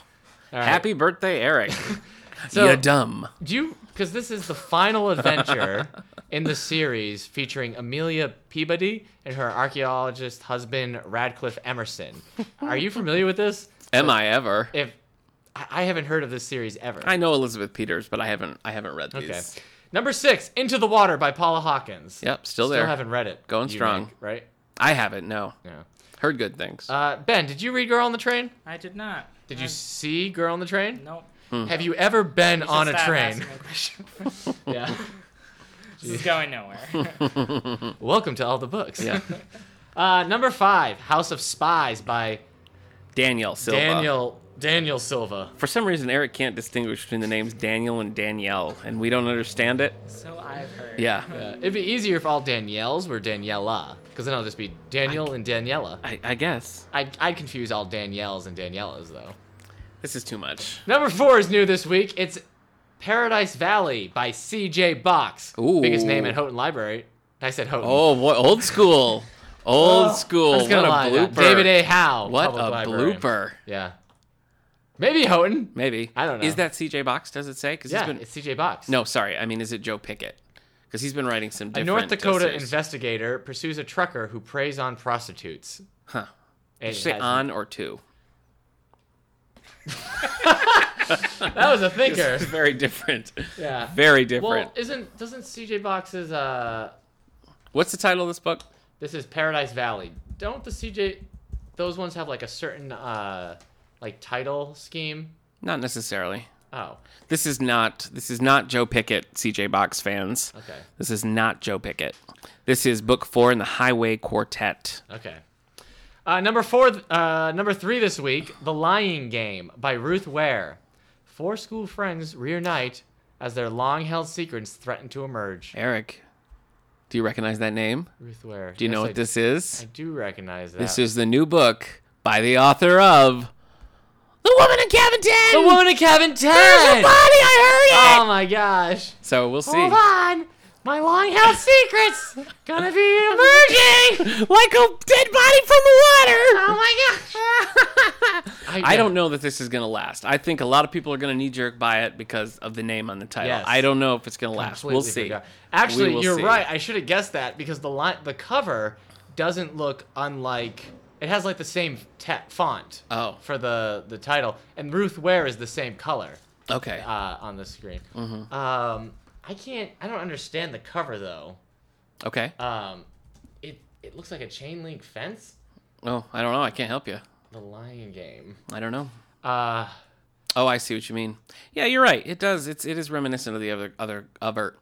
right. Happy birthday, Eric. So- You're dumb. Do you? Because this is the final adventure in the series featuring Amelia Peabody and her archaeologist husband Radcliffe Emerson. Are you familiar with this? Am I ever? If I I haven't heard of this series ever. I know Elizabeth Peters, but I haven't. I haven't read these. okay. Number six, Into the Water by Paula Hawkins. Yep, still there. Still haven't read it. Going You, strong. Nick, right? I haven't. No, Yeah. heard good things. Uh, ben, did you read Girl on the Train? I did not. Did you I- see Girl on the Train? Nope. Hmm. Have you ever been You should on a stop train? asking me questions. yeah. this is going nowhere. Welcome to all the books. yeah, Uh, number five, House of Spies by Daniel Silva. Daniel Daniel Silva. For some reason, Eric can't distinguish between the names Daniel and Danielle, and we don't understand it. so I've heard. Yeah, Uh, it'd be easier if all Danielles were Daniela, because then I'll just be Daniel and Daniela. I, I guess I'd, I'd confuse all Danielles and Daniellas though. this is too much. Number four is new this week. It's Paradise Valley by C.J. Box. Ooh. Biggest name at Houghton Library. I said Houghton. Oh, what old school, old school. Oh, I was What a gonna lie, yeah. blooper. David A. Howe. What public a librarian. blooper. Yeah. Maybe Houghton. Maybe I don't know. Is that C.J. Box? Does it say? Because Yeah, he's been it's C.J. Box. no. Sorry, I mean, is it Joe Pickett? Because he's been writing some A different. North Dakota uh, series. investigator pursues a trucker who preys on prostitutes. Huh. It Did you say has- on or two? That was a thinker. It's very different. yeah. Very different. Well, isn't doesn't CJ Box's uh What's the title of this book? this is Paradise Valley. Don't the CJ those ones have like a certain uh like title scheme? Not necessarily. Oh, This is not. This is not Joe Pickett. CJ Box fans. okay. This is not Joe Pickett. This is book four in the Highway Quartet. Okay. Uh, number four, th- uh, number three this week, "The Lying Game" by Ruth Ware. Four school friends reunite as their long-held secrets threaten to emerge. Eric, do you recognize that name? Ruth Ware. Do you know what this is? I do recognize that. This is the new book by the author of The Woman in Um, Cabin 10. the woman in cabin There's a ten. body. I heard Oh it. my gosh! so we'll see. Hold on, my long-held secrets gonna be emerging. Like a dead body from the water. Oh my gosh! I don't know that this is going to last. I think a lot of people are going to knee jerk by it because of the name on the title. Yes. I don't know if it's going to last. We'll completely see. forgot. Actually, We will you're see. right. I should have guessed that because the line, the cover doesn't look unlike. It has like the same te- font Oh. for the the title, and Ruth Ware is the same color Okay. uh, on the screen. Mm-hmm. Um, I can't. I don't understand the cover though. Okay. Um, it it looks like a chain link fence. Oh, I don't know. I can't help you. The Lion Game. I don't know. Uh, Oh, I see what you mean. Yeah, you're right. It does. It's it is reminiscent of the other other other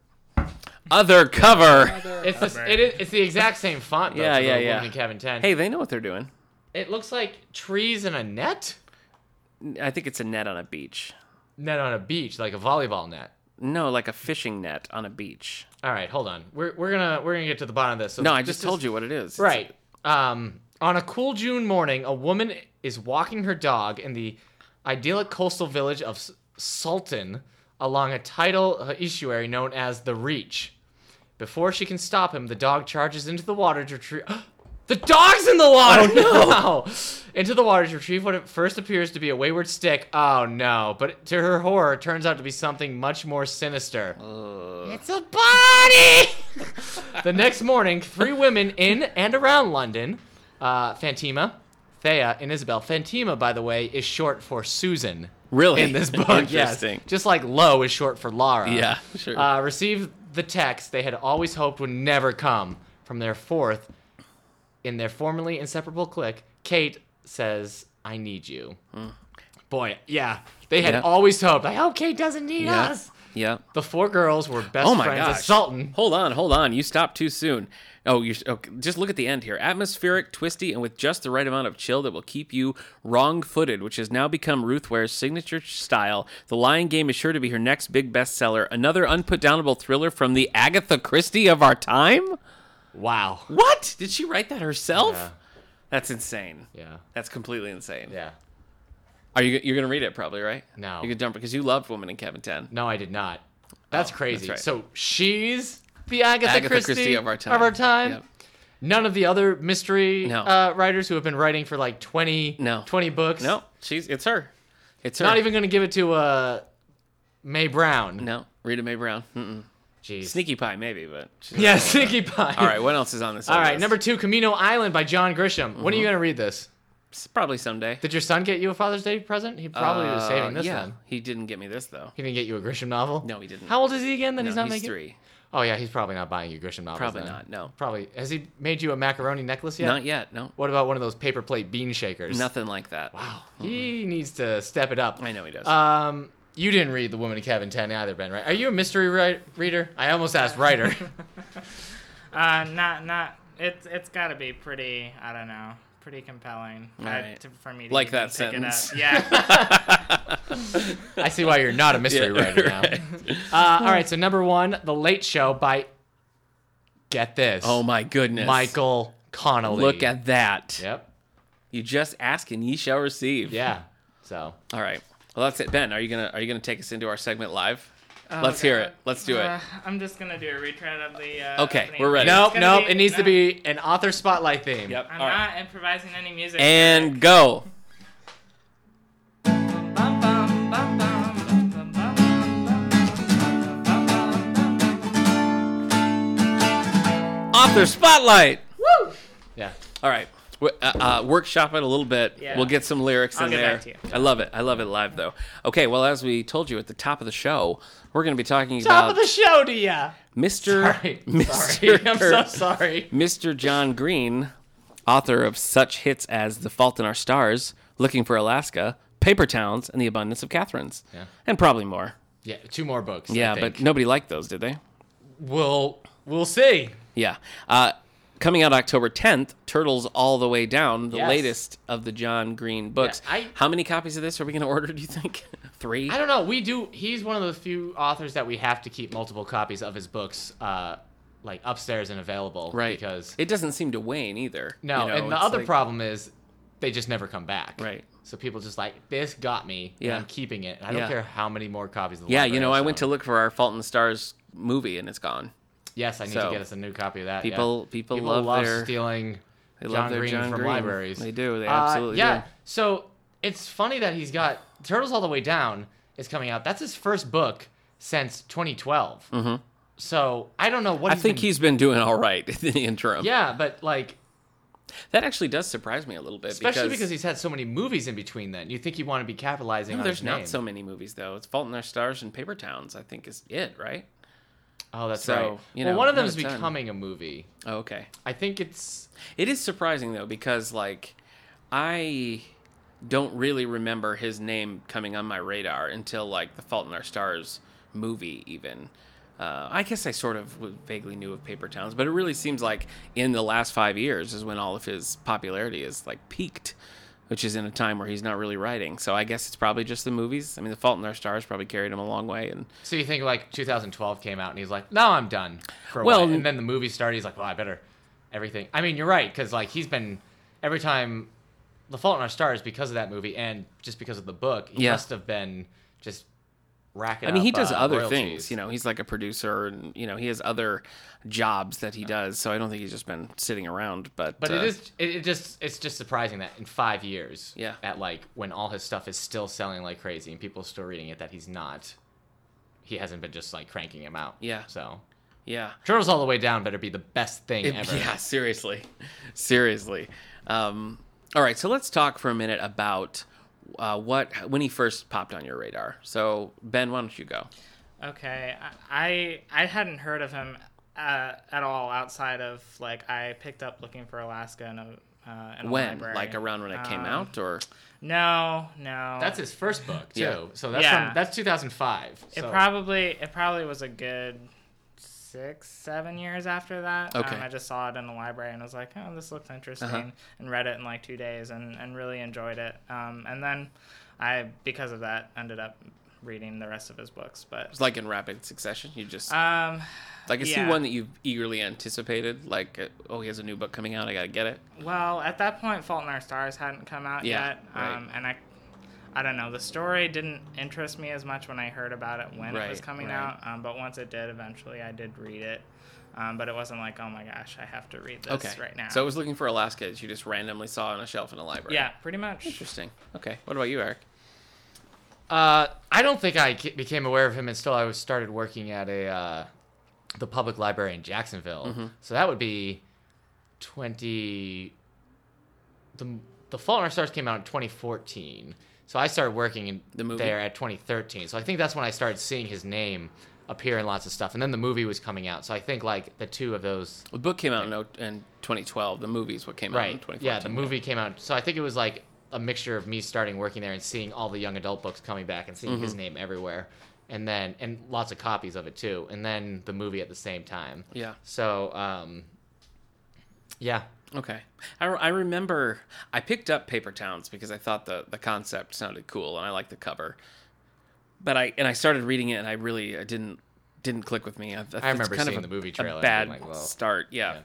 other cover. it's the, it is, it's the exact same font though. Yeah, for the yeah, Woman yeah. in Cabin Ten. Hey, they know what they're doing. it looks like trees in a net. I think it's a net on a beach. net on a beach, like a volleyball net. No, like a fishing net on a beach. All right, hold on. We're, we're gonna we're gonna get to the bottom of this. So No, I this just told is- you what it is. Right. Um, on a cool June morning, a woman is walking her dog in the idyllic coastal village of S- Sultan along a tidal uh, estuary known as the Reach. Before she can stop him, the dog charges into the water to retrieve. the dog's in the water! Oh, no! into the water to retrieve what at first appears to be a wayward stick. Oh, no. But to her horror, it turns out to be something much more sinister. It's a body! the next morning, three women in and around London, uh, Fantima, Thea, and Isabel. Fantima, by the way, is short for Susan Really? in this book. yes. Interesting. Just like Lo is short for Lara. Yeah, sure. Uh, received the text they had always hoped would never come from their fourth in their formerly inseparable clique. Kate says, "I need you." Boy, yeah, they had Hmm. Yeah. always hoped. I hope Kate doesn't need Yeah. us. Yeah. The four girls were best Oh my friends gosh. at Sultan. Hold on, hold on. You stopped too soon. Oh, you okay, just look at the end here. Atmospheric, twisty, and with just the right amount of chill that will keep you wrong-footed, which has now become Ruth Ware's signature style. The Lion Game is sure to be her next big bestseller. Another unputdownable thriller from the Agatha Christie of our time. Wow. What did she write that herself? Yeah. That's insane. Yeah. That's completely insane. Yeah. Are you you're gonna read it probably right? No. You could jump because you loved Woman in Cabin Ten. No, I did not. That's crazy. Oh, right. So she's the Agatha, Agatha Christie of our time. Of our time. Yep. None of the other mystery No. uh, writers who have been writing for like 20, No. 20 books. No, she's it's her. It's her. Not even going to give it to uh, May Brown. No, Rita Mae Brown. Mm-mm. Jeez. Sneaky Pie, maybe, but yeah, Sneaky Pie. All right, what else is on this? All right, number two, Camino Island by John Grisham. When are Mm-hmm. you going to read this? probably someday. Did your son get you a Father's Day present? He probably was saving this Uh, yeah, one. He didn't get me this though. He didn't get you a Grisham novel? No, he didn't. How old is he again that No, he's not he's making? three. Oh, yeah, he's probably not buying you Grisham novels. Probably then. not. No, Probably. Has he made you a macaroni necklace yet? not yet. No, What about one of those paper plate bean shakers? nothing like that. Wow. He needs to step it up. I know he does. Um, you didn't read The Woman in Cabin 10 either, Ben, right? Are you a mystery ri- reader? I almost asked writer. Uh, not not. It's it's got to be pretty. I don't know. Pretty compelling uh, Right. to, for me to Like even that pick it up. sentence. Yeah. I see why you're not a mystery Yeah, writer now. Uh, all right, so number one, The Late Show by, get this, oh my goodness, Michael Connolly. Look at that. Yep. You just ask and ye shall receive. Yeah. So, All right. Well, that's it, Ben. Are you gonna Are you gonna take us into our segment live? Oh, Let's hear it. Let's do it. Uh, I'm just gonna do a retread of the. Uh, Okay, opening. we're ready. Nope, It's gonna nope. It needs to no, be an author spotlight theme. Yep. I'm All right. not improvising any music. And go. Bum, bum, bum, bum, bum, bum, bum, bum, bum, bum, bum, bum, bum. Author spotlight. Yeah. All right. W- Uh, uh, workshop it a little bit. Yeah. We'll get some lyrics I'll in get there. back to you. I love it. I love it live though. Okay, well as we told you at the top of the show, we're going to be talking Top about of the show to ya. Mr. Sorry. Mr. Sorry. I'm so sorry. Mr. John Green, author of such hits as The Fault in Our Stars, Looking for Alaska, Paper Towns, and The Abundance of Catherines. Yeah. And probably more. Yeah, two more books. I Yeah, think. but nobody liked those, did they? we'll we'll see. Yeah. Uh, coming out October 10th, Turtles All the Way Down, the Yes. latest of the John Green books. Yeah, I- How many copies of this are we going to order, do you think? Three? I don't know. We do. He's one of the few authors that we have to keep multiple copies of his books, uh, like upstairs and available. right. Because it doesn't seem to wane either. no, you know, and the it's other like- problem is they just never come back. Right. So people just like this got me. and Yeah. I'm keeping it. and I don't Yeah. care how many more copies. Of the Yeah, library you know, I have went to shown. look for our Fault in the Stars movie and it's gone. Yes, I need so, to get us a new copy of that. yeah. people- people people love love, their- stealing They John love their Green John from Green. libraries. They do. They Uh, absolutely yeah. do. So it's funny that he's got Turtles All the Way Down is coming out. That's his first book since 2012. So I don't know what Mm-hmm. I he's think been- he's been doing all right in the interim. Yeah, but like, That actually does surprise me a little bit. especially because, because he's had so many movies in between. Then you think you want to be capitalizing No, on there's his not name. so many movies though. It's Fault in Our Stars and Paper Towns, I think, is it, right? Oh, that's so, right. you well, know, one of not them is a ton. becoming a movie. Oh, okay. I think it's It is surprising though, because like I don't really remember his name coming on my radar until like the Fault in Our Stars movie even. Uh, I guess I sort of w- vaguely knew of Paper Towns, but it really seems like in the last five years is when all of his popularity is like peaked, which is in a time where he's not really writing. So I guess it's probably just the movies. I mean, The Fault in Our Stars probably carried him a long way, and so you think like 2012 came out and he's like, no, I'm done for a Well, while, and then the movie started. He's like, well, I better everything. I mean, you're right because like he's been every time The Fault in Our Stars because of that movie and just because of the book, he Yeah. must have been just racking. I mean, he up, does uh, other royalties. things. You know, he's like a producer, and you know, he has other jobs that he does. So I don't think he's just been sitting around. But But uh, it is it, it just it's just surprising that in five years, Yeah. at like when all his stuff is still selling like crazy and people are still reading it, that he's not, he hasn't been just like cranking him out. Yeah. So yeah, Turtles All the Way Down better be the best thing It- ever. yeah. Seriously, seriously. Um, all right, so let's talk for a minute about uh, what when he first popped on your radar. So Ben, why don't you go? Okay, I I I hadn't heard of him uh, at all outside of like I picked up looking for Alaska in a uh, in a When, library. like around when it came Um, out, or No, no. That's his first book too. Oh. Yeah. So that's Yeah. from, that's 2005. It so- probably it probably was a good six seven years after that. Okay. Um, I just saw it in the library and was like, oh, this looks interesting, and read it in like two days and and really enjoyed it. Um, and then I because of that ended up reading the rest of his books, but. it's like in rapid succession. You just Um, like is he yeah. one that you've eagerly anticipated? Like, uh, oh, he has a new book coming out. I gotta get it. Well, at that point, Fault in Our Stars hadn't come out Yeah, yet, right. um, and I, I don't know. The story didn't interest me as much when I heard about it when it was Right, coming right. out, um, but once it did, eventually I did read it. Um, but it wasn't like, oh my gosh, I have to read this Okay, right now. So I was looking for Alaska that you just randomly saw on a shelf in a library. yeah, pretty much. Interesting. Okay. What about you, Eric? Uh, I don't think I ca- became aware of him until I was started working at a uh, the public library in Jacksonville. Mm-hmm. So that would be twenty. The The Fault in Our Stars came out in twenty fourteen. So I started working in The movie? there at twenty thirteen. So I think that's when I started seeing his name appear in lots of stuff, and then the movie was coming out. So I think like the two of those The book came out in, o- in 2012. The movie's what came out in right 2014. yeah the movie came out so i think it was like a mixture of me starting working there and seeing all the young adult books coming back and seeing his name everywhere and then and lots of copies of it too and then the movie at the same time Yeah. so um yeah Okay. I, re- I remember I picked up Paper Towns because I thought the, the concept sounded cool and I liked the cover. But I and I started reading it and I really I didn't didn't click with me. I, I, it's remember kind seeing of a, the movie a trailer and being bad like, "Whoa." start. Yeah. Yeah.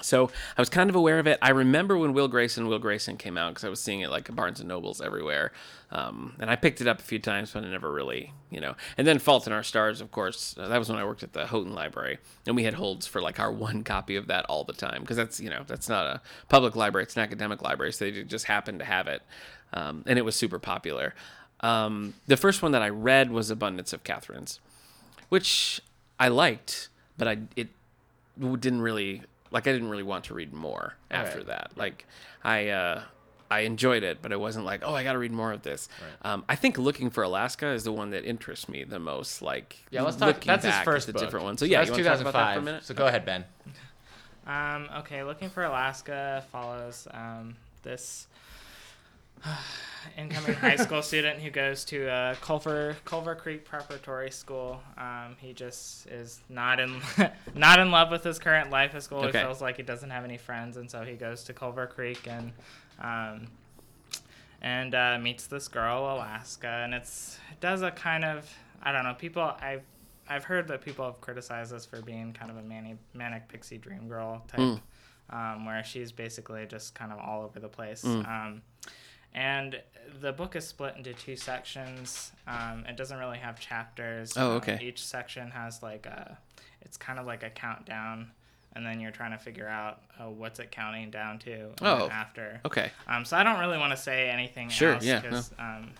So I was kind of aware of it. I remember when Will Grayson, Will Grayson came out because I was seeing it like at Barnes and Nobles everywhere, um, and I picked it up a few times, but I never really, you know. And then Fault in Our Stars, of course, uh, that was when I worked at the Houghton Library, and we had holds for like our one copy of that all the time because that's you know that's not a public library, it's an academic library, so they just happened to have it, um, and it was super popular. Um, the first one that I read was Abundance of Catherines, which I liked, but I it w- didn't really like I didn't really want to read more after that. Like I uh I enjoyed it, but I wasn't like, oh, I got to read more of this. Um, I think Looking for Alaska is the one that interests me the most. Like, Yeah, let's talk. looking That's his back at first the book. different one. So yeah, that's you want to talk about that for a 2005. minute? So go ahead, Ben. Um, okay, looking for Alaska follows um, this incoming high school student who goes to uh, Culver Culver Creek Preparatory School. Um, he just is not in not in love with his current life at school. Okay. He feels like he doesn't have any friends, and so he goes to Culver Creek and. Um, and uh, meets this girl Alaska, and it's it does a kind of I don't know people I've I've heard that people have criticized this for being kind of a manic manic pixie dream girl type, Mm. um, where she's basically just kind of all over the place. Mm. Um, and the book is split into two sections. Um, it doesn't really have chapters. Oh, Um, okay. each section has like a, it's kind of like a countdown, and then you're trying to figure out uh, what's it counting down to. and then Oh, after. Okay. Um, so I don't really want to say anything Sure, else. yeah, 'cause, um,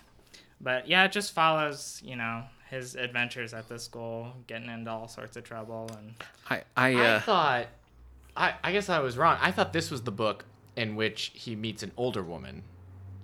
but yeah, it just follows, you know, his adventures at the school, getting into all sorts of trouble, and I I, uh, I thought, I, I guess I was wrong. I thought this was the book in which he meets an older woman,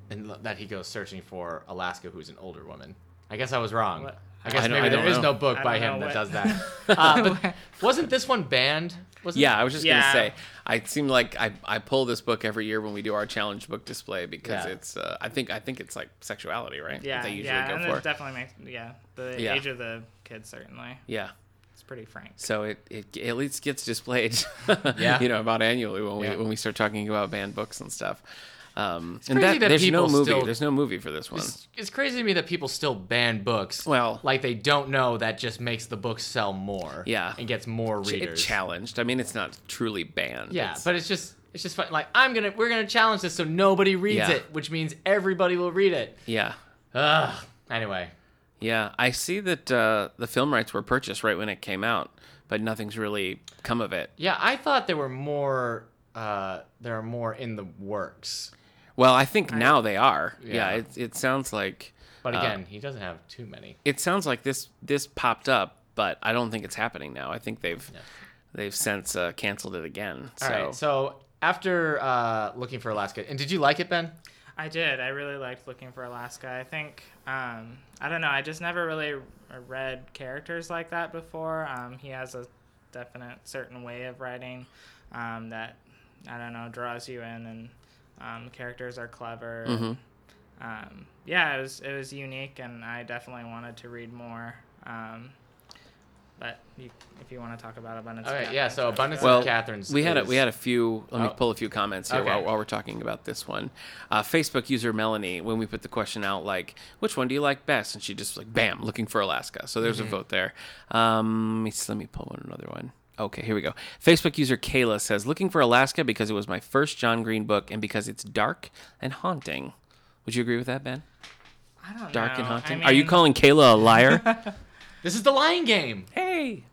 and l- that he goes searching for Alaska, who's an older woman. I guess I was wrong. What? I guess I don't- maybe I there don't is no know. book I by don't him know that does what- that. Uh, but wasn't this one banned? Wasn't yeah, I was just Yeah. gonna say. I it seemed like I, I pull this book every year when we do our challenge book display because Yeah. it's uh, I think I think it's like sexuality, right? That yeah, They usually yeah, go and for. it definitely makes yeah the Yeah. age of the kid certainly. yeah. It's pretty frank. So it, it at least gets displayed, Yeah. you know, about annually when we Yeah. when we start talking about banned books and stuff. Um, crazy and that, that there's no people movie. still- There's no movie for this one. It's, it's crazy to me that people still ban books. Well- like they don't know that just makes the book sell more. Yeah. and gets more It readers. challenged. I mean, it's not truly banned. Yeah, It's- but it's just it's just fun. like I'm gonna we're gonna challenge this so nobody reads Yeah. it, which means everybody will read it. yeah, Ugh. Anyway, yeah. I see that uh, the film rights were purchased right when it came out, but nothing's really come of it. yeah, I thought there were more. Uh, there are more in the works, Well, I think now they are. Yeah. Yeah. it it sounds like. but uh, again, he doesn't have too many. it sounds like this this popped up, but I don't think it's happening now. I think they've they've since uh, canceled it again. All so. right, so after uh, looking for Alaska, and did you like it, Ben? I did. I really liked looking for Alaska. I think um, I don't know. I just never really r- read characters like that before. Um, he has a definite certain way of writing um, that I don't know draws you in, and um, characters are clever. Mm-hmm. and, um, yeah, it was it was unique, and I definitely wanted to read more. Um, but you, if you want to talk about abundance, All of right, yeah. Happiness, So that's abundance good. Well, of Catherine's. We had a, is- we had a few. Let me Oh. pull a few comments here Okay. while, while we're talking about this one. Uh, Facebook user Melanie, when we put the question out, like which one do you like best, and she just like bam, looking for Alaska. So there's a vote there. Um, let me s- let me pull one another one. Okay, here we go. Facebook user Kayla says looking for Alaska because it was my first John Green book and because it's dark and haunting. Would you agree with that, Ben? I don't Dark know. and I haunting. Are you mean, calling Kayla a liar? This is the Lion Game. hey.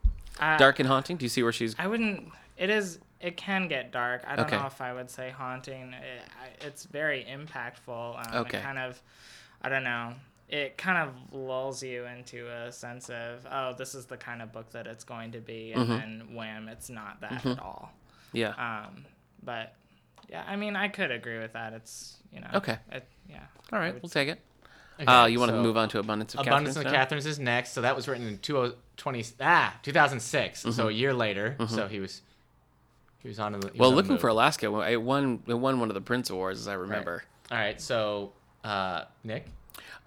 I- Dark and haunting. Do you see where she's? I wouldn't. It is. It can get dark. I don't Okay. know if I would say haunting. It, I- it's very impactful. Um, Okay. It kind of. I don't know. It kind of lulls you into a sense of, oh, this is the kind of book that it's going to be, Mm-hmm. and then wham, it's not that at all. Yeah. Um, but yeah, I mean, I could agree with that. It's you know. Okay. It, yeah. All right, we'll take it. Okay, Uh, you want to so- move on to abundance of Abundance Catherines of now? Catherines is next. So that was written in 20, 20 ah 2006. Mm-hmm. So a year later. So he was he was on the he was Well, on the looking move. for Alaska, well, it won it won one of the Prince Awards, as I remember. All right. So uh, Nick.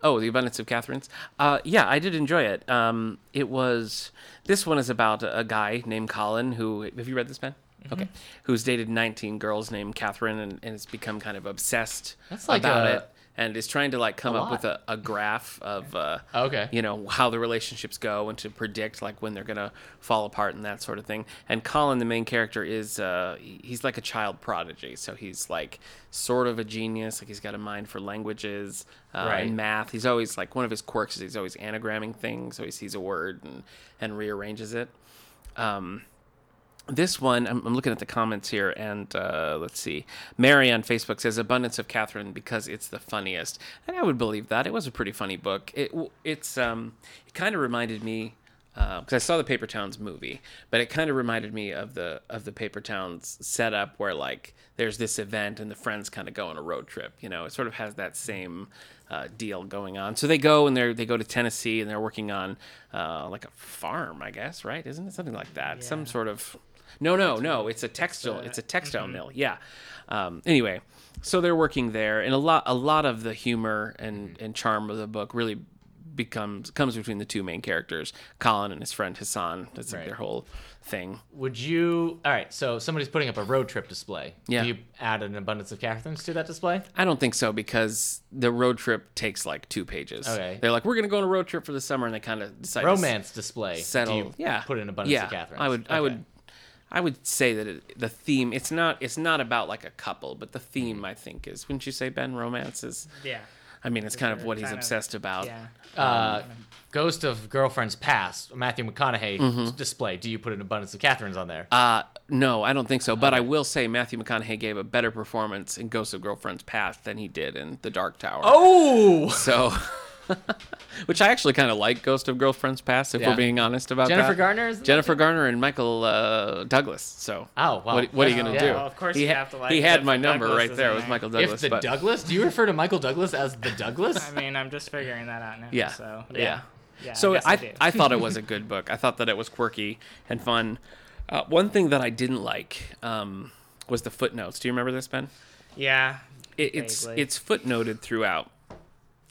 Oh, the abundance of Catherines. Uh, yeah, I did enjoy it. Um, it was this one is about a a guy named Colin who have you read this, Ben? Mm-hmm. Okay, who's dated 19 girls named Catherine and, and has become kind of obsessed That's like about a- it. and is trying to like come A up lot. with a, a graph of uh, Oh, Okay. you know how the relationships go and to predict like when they're gonna fall apart and that sort of thing. And Colin, the main character, is uh, he- he's like a child prodigy, so he's like sort of a genius. Like he's got a mind for languages uh, Right. and math. He's always like one of his quirks is he's always anagramming things. So he sees a word and and rearranges it this one I'm, I'm looking at the comments here and uh, let's see mary on facebook says abundance of catherine because it's the funniest and i would believe that it was a pretty funny book it w- it's um it kind of reminded me because i saw the paper towns movie but it kind of reminded me of the of the paper towns setup where like there's this event and the friends kind of go on a road trip you know it sort of has that same uh, deal going on so they go and they're they go to tennessee and they're working on uh, like a farm i guess right isn't it something like that some sort of no, no, no. It's a Uh, textile. It's a textile mill. Yeah. Um, anyway, so they're working there, and a lot, a lot of the humor and Mm-hmm. and charm of the book really becomes comes between the two main characters, Colin and his friend Hassan. That's like Right. their whole thing. Would you? All right. So somebody's putting up a road trip display. Yeah. Do you add an abundance of Catherines to that display? I don't think so because the road trip takes like two pages. Okay. They're like, we're gonna go on a road trip for the summer, and they kind of decide to s- Romance display. settle. Do you yeah, Put an abundance yeah. of Catherines. I would. I Okay. would. I would say that it, the theme. It's not. It's not about like a couple, but the Mm-hmm. theme I think is. Wouldn't you say Ben? Romance is. Yeah. I mean, it's kind of They're what he's kind of- obsessed about. Yeah. Uh, Ghost of Girlfriend's Past, Matthew McConaughey s- display. Do you put an abundance of Catherines on there? Mm-hmm. Uh, no, I don't think so. But I will say Matthew McConaughey gave a better performance in Ghost of Girlfriend's Past than he did in The Dark Tower. oh, So, which I actually kind of like Ghost of Girlfriend's Past, if Yeah. we're being honest about Jennifer that. Garner is- Jennifer Garner and Michael uh, Douglas. So, Oh, wow. what, what are you Oh, gonna yeah. do? Well, of course he you ha- have to like He had Jennifer my number Douglas right as there a with name. Michael Douglas. if the but, Douglas, do you refer to Michael Douglas as the Douglas? I mean, I'm just figuring that out now. Yeah. So yeah. Yeah, I so I, guess I do. I, thought it was a good book. I thought that it was quirky and fun. Uh, one thing that I didn't like um, was the footnotes. Do you remember this, Ben? Yeah. It, it's Vaguely. it's footnoted throughout.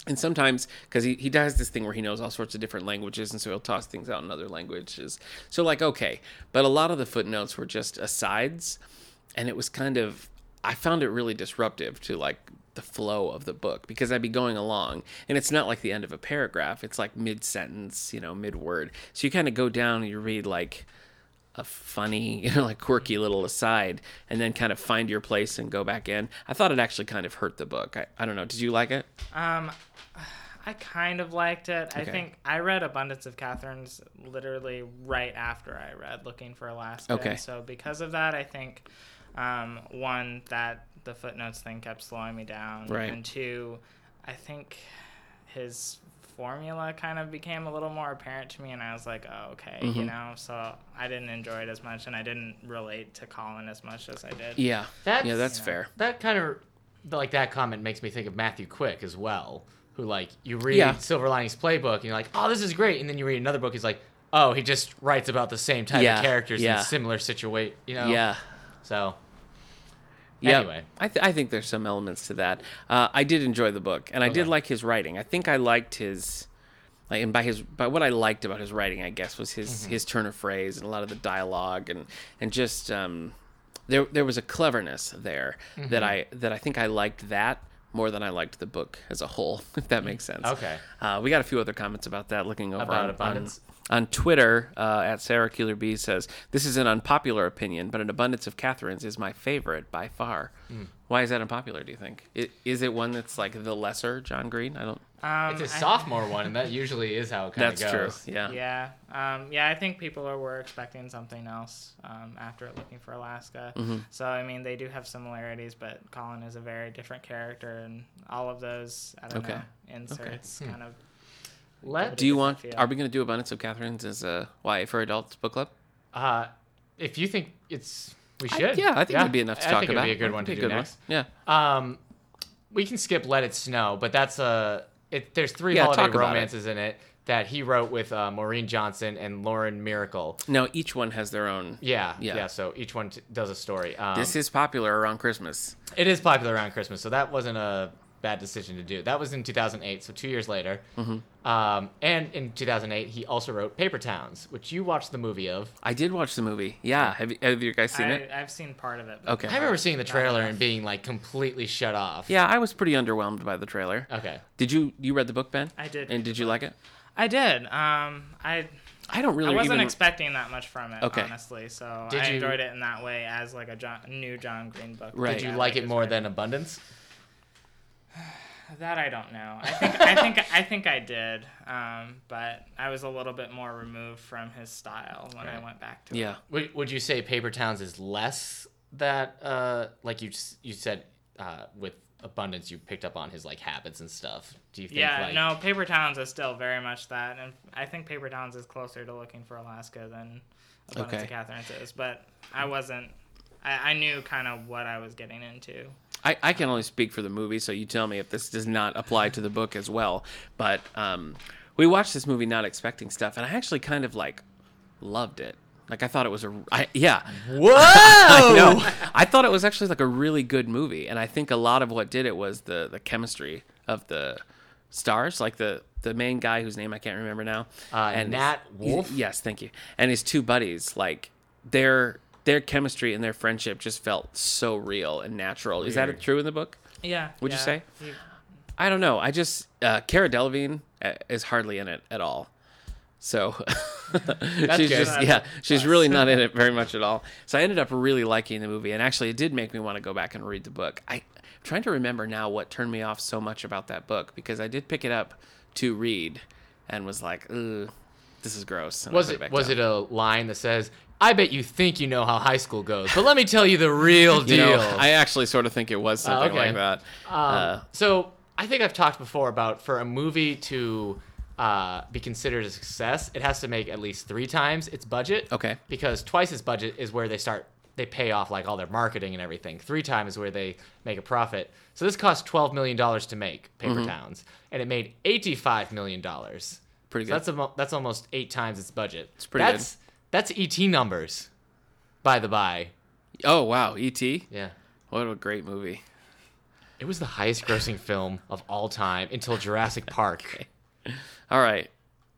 And sometimes, because he, he does this thing where he knows all sorts of different languages, and so he'll toss things out in other languages. So, like, okay. But a lot of the footnotes were just asides, and it was kind of, I found it really disruptive to like the flow of the book because I'd be going along, and it's not like the end of a paragraph, it's like mid sentence, you know, mid word. So you kind of go down and you read like, a funny, you know, like quirky little aside, and then kind of find your place and go back in. I thought it actually kind of hurt the book. I, I don't know. Did you like it? Um, I kind of liked it. I Okay. think I read Abundance of Catherines literally right after I read Looking for Alaska. Okay. So because of that, I think um, one that the footnotes thing kept slowing me down, Right. and two, I think his formula kind of became a little more apparent to me and I was like, "Oh, okay," Mm-hmm. you know. So I didn't enjoy it as much and I didn't relate to Colin as much as I did. Yeah. That's- yeah, that's Yeah. fair. that kind of like that comment makes me think of Matthew Quick as well, who like you read Yeah. Silver Linings Playbook and you're like, oh, this is great, and then you read another book, he's like, oh, he just writes about the same type Yeah, of characters yeah. in similar situation, you know? Yeah. So Yeah. Anyway. I, th- I think there's some elements to that. Uh, I did enjoy the book, and I did like his writing. I think I liked his. Like, and by his by what I liked about his writing, I guess, was his his turn of phrase and a lot of the dialogue and and just um, there there was a cleverness there that I that I think I liked that more than I liked the book as a whole, if that makes sense. Okay. Uh, we got a few other comments about that. Looking over About on, abundance. on, on Twitter uh, at Sarah Keeler B says this is an unpopular opinion, but an abundance of Catherines is my favorite by far. Hmm. Why is that unpopular? Do you think I- Is it one that's like the lesser John Green? I don't. Um, it's a I- sophomore one, and that usually is how it kind of That's goes. true. Yeah. Yeah, um, yeah. I think people are, were expecting something else um, after Looking for Alaska. Mm-hmm. So I mean, they do have similarities, but Colin is a very different character, and all of those I don't Okay. know inserts Hmm. kind of. Let Do you want? Different feel. Are we going to do abundance of Catherines as a why for adults book club? uh, if you think it's we I- should. yeah, I think it'd be enough to I talk think about. It'd be a It'd good one to be a do good one. next. Yeah. Um, we can skip "Let It Snow," but that's a it. There's three Yeah, talk holiday about it. romances in it that he wrote with uh, Maureen Johnson and Lauren Miracle. Now each one has their own. Yeah, yeah. Yeah. so each one t- does a story. Um, This is popular around Christmas. it is popular around Christmas, so that wasn't a bad decision to do. That was in 2008, so two years later. Mm-hmm. Um, and in 2008, he also wrote Paper Towns, which you watched the movie of. I did watch the movie. Yeah. Have you, have you guys seen I, it? I've seen part of it. but Okay. I remember seeing the trailer and being like completely shut off. yeah, I was pretty underwhelmed by the trailer. Okay. Did you you read the book, Ben? Oh. I did And read did you like it? I did. Um, I I don't really. I wasn't even, expecting that much from it, Okay. honestly. So Did I you- enjoyed it in that way as like a John, new John Green book. Right. Did you Yeah, like it it's more great. than Abundance? that? I don't know. I think I think I think I did, um, but I was a little bit more removed from his style when I Right. went back to Yeah. it. Would, would you say Paper Towns is less that uh like you s- you said uh with Abundance you picked up on his like habits and stuff. Do you think Yeah, like no, Paper Towns is still very much that, and I think Paper Towns is closer to Looking for Alaska than Abundance Okay. of Catherine's is. But I wasn't. I, I knew kind of what I was getting into. I, I can only speak for the movie, so you tell me if this does not apply to the book as well. But um, we watched this movie not expecting stuff, and I actually kind of like loved it. Like I thought it was a I, yeah. Whoa! I know. I thought it was actually like a really good movie, and I think a lot of what did it was the the chemistry of the stars, like the the main guy whose name I can't remember now, Uh, his- Nat Wolff? Yes, thank you. And his two buddies, like their their chemistry and their friendship just felt so real and natural. Is that Weird. true in the book? Yeah. Would you yeah. say? You- I don't know. I just uh, Cara Delevingne uh, is hardly in it at all. So she's good. just That's yeah, she's really not in it very much at all. So I ended up really liking the movie, and actually, it did make me want to go back and read the book. I, I'm trying to remember now what turned me off so much about that book because I did pick it up to read, and was like, "Ugh, this is gross." and I Was put it back was down. it a line that says, "I bet you think you know how high school goes, but let me tell you the real You deal." know, I actually sort of think it was something Oh, okay. Um, like that. uh, so I think I've talked before about for a movie to uh, be considered a success, it has to make at least three times its budget. Okay. Because twice its budget is where they start they pay off like all their marketing and everything. Three times is where they make a profit. So this cost twelve million dollars to make Paper Mm-hmm. Towns, and it made eighty five million dollars. Pretty So that's amo- that's almost eight times its budget. It's pretty good. that's, That's ET numbers, by the by. oh wow, E.T. Yeah. What a great movie. It was the highest grossing film of all time until Jurassic Park. All right.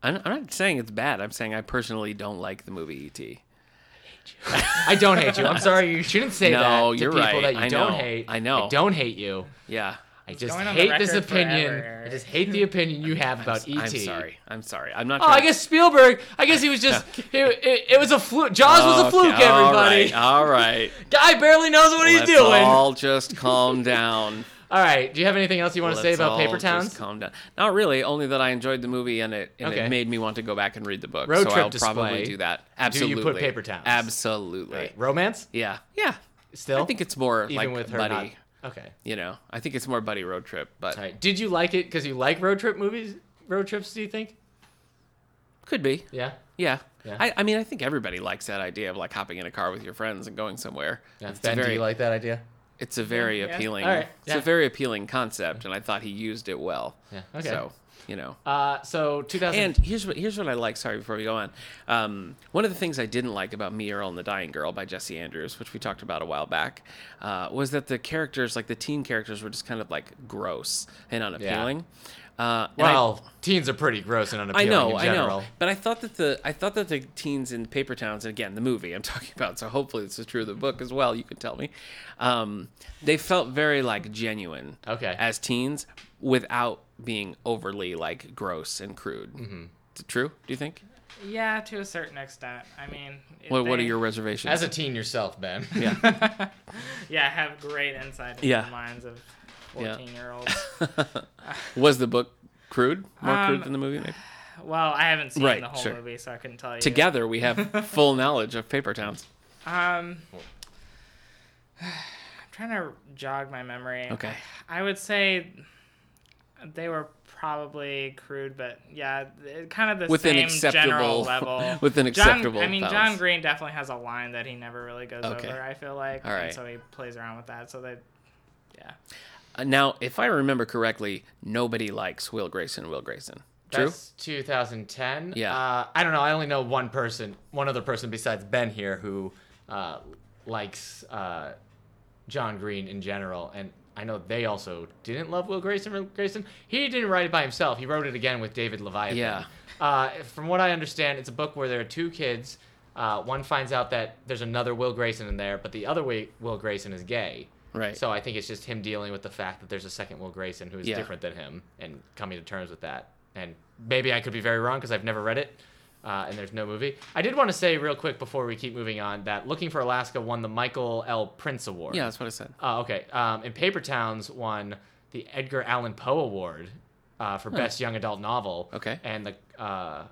I'm, I'm not saying it's bad. I'm saying I personally don't like the movie E E.T. I don't hate you. I'm sorry. You shouldn't say No, that to you're people right. that you I don't know. hate. I know. I don't hate you. Yeah. I just going on the hate this record opinion. forever, Eric. I just hate the opinion you have about ET. I'm sorry. I'm sorry. I'm not. E Oh, I guess Spielberg. I guess he was just. it, it, it was a fluke. Jaws was a fluke. Everybody. All right. All right. Guy barely knows what Let's he's doing. all just calm down. all right. Do you have anything else you want to say Let's about all Paper just Towns? Calm down. Not really. Only that I enjoyed the movie and it and Okay. it made me want to go back and read the book. Road so trip I'll probably display. do that. Do Absolutely. you put Paper Towns? Absolutely. Right. Romance? Yeah. Yeah. Still? I think it's more Even like with her buddy. not- Okay. You know, I think it's more buddy road trip, but All right. Did you like it because you like road trip movies? Road trips, do you think? could be. Yeah. Yeah. Yeah. I, I mean, I think everybody likes that idea of like hopping in a car with your friends and going somewhere. It's, a ben, do very, you like that idea? it's a very Yeah. appealing. All right. It's Yeah. a very appealing concept, and I thought he used it well. Yeah. Okay. So you know. Uh, so 2000. And here's what here's what I like. Sorry, before we go on, um, one of the things I didn't like about Me Earl and the Dying Girl by Jesse Andrews, which we talked about a while back, uh, was that the characters, like the teen characters, were just kind of like gross and unappealing. Uh, and I- well, teens are pretty gross and I unappealing know, in I general. know. But I thought that the I thought that the teens in Paper Towns, and again the movie I'm talking about, so hopefully this is true of the book as well. You can tell me. Um, they felt very like genuine, Okay. as teens, without being overly like gross and crude. Mm-hmm. True? Do you think? Yeah, to a certain extent. I mean, if What What are they- your reservations? As a teen yourself, Ben. yeah, Yeah, have great insight into Yeah. the minds of Yeah. 14 year olds. was the book crude? More Um, crude than the movie? Maybe? Well, I haven't seen Right, the whole sure. movie, so I couldn't tell you. Together, we have full knowledge of Paper Towns. Um, I'm trying to jog my memory. Okay. I would say they were probably crude, but yeah, it- kind of the Within same general acceptable- level. within John- acceptable I mean, John bounds. Green definitely has a line that he never really goes Okay. over. I feel like, All and right. so he plays around with that. So they, yeah. Uh, Now, if I remember correctly, nobody likes Will Grayson. Will Grayson. True. That's 2010. Yeah. Uh, I don't know. I only know one person, one other person besides Ben here who uh, likes uh, John Green in general, and I know they also didn't love Will Grayson. Grayson, he didn't write it by himself. He wrote it again with David Leviathan. Yeah. Uh, from what I understand, it's a book where there are two kids. Uh, one finds out that there's another Will Grayson in there, but the other way Will Grayson is gay. Right. So I think it's just him dealing with the fact that there's a second Will Grayson who is Yeah. different than him and coming to terms with that. And maybe I could be very wrong because I've never read it. Uh, and there's no movie. I did want to say real quick before we keep moving on that Looking for Alaska won the Michael L. Prince Award. Yeah, that's what I said. Oh, okay. Um, and Paper Towns won the Edgar Allan Poe Award uh, for Best Young Adult Novel. Okay. And the uh,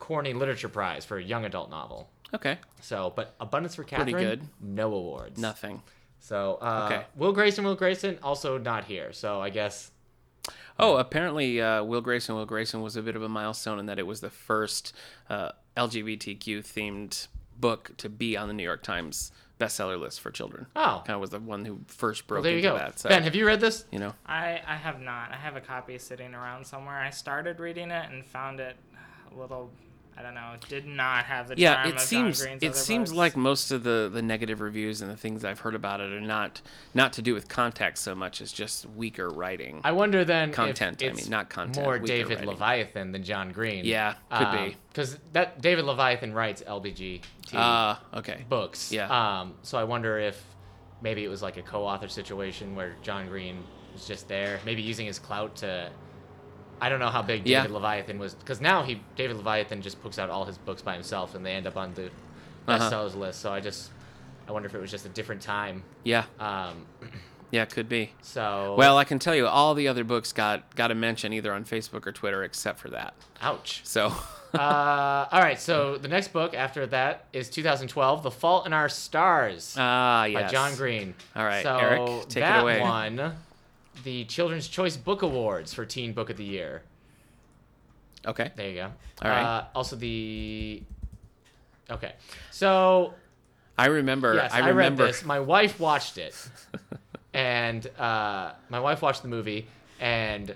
Corny Literature Prize for Young Adult Novel. Okay. So, but Abundance for Catherine, good. no awards. Nothing. So, uh, Okay. Will Grayson, Will Grayson, also not here. So, I guess Oh, apparently, uh, Will Grayson, Will Grayson was a bit of a milestone in that it was the first uh, LGBTQ themed book to be on the New York Times bestseller list for children. Oh. kind of was the one who first broke well, there you into go. that. So, ben, have you read this? you know, I, I have not. I have a copy sitting around somewhere. I started reading it and found it a little, I don't know, did not have the yeah, charm it of seems John Green's it other seems books. like most of the the negative reviews and the things I've heard about it are not not to do with context so much as just weaker writing. I wonder then if Content, I it's mean, not content, More weaker David writing. Leviathan than John Green. Yeah, could be. because that David Leviathan writes LBGT Ah, okay. books. Yeah. Um, so I wonder if maybe it was like a co-author situation where John Green was just there, maybe using his clout to. I don't know how big Yeah. David Leviathan was, because now he David Leviathan just puts out all his books by himself, and they end up on the Uh-huh. bestsellers list. So I just, I wonder if it was just a different time. Yeah, Um, yeah, could be. so Well, I can tell you, all the other books got got a mention either on Facebook or Twitter, except for that. ouch. So, uh, all right, so the next book after that is 2012, The Fault in Our Stars. ah, by yes. John Green. All right, so Eric, take it that away. won the Children's Choice Book Awards for Teen Book of the Year. Okay. There you go. All right. Uh, also the. Okay, so I remember. yes, I, Er, I remember. read this. My wife watched it, and uh, my wife watched the movie, and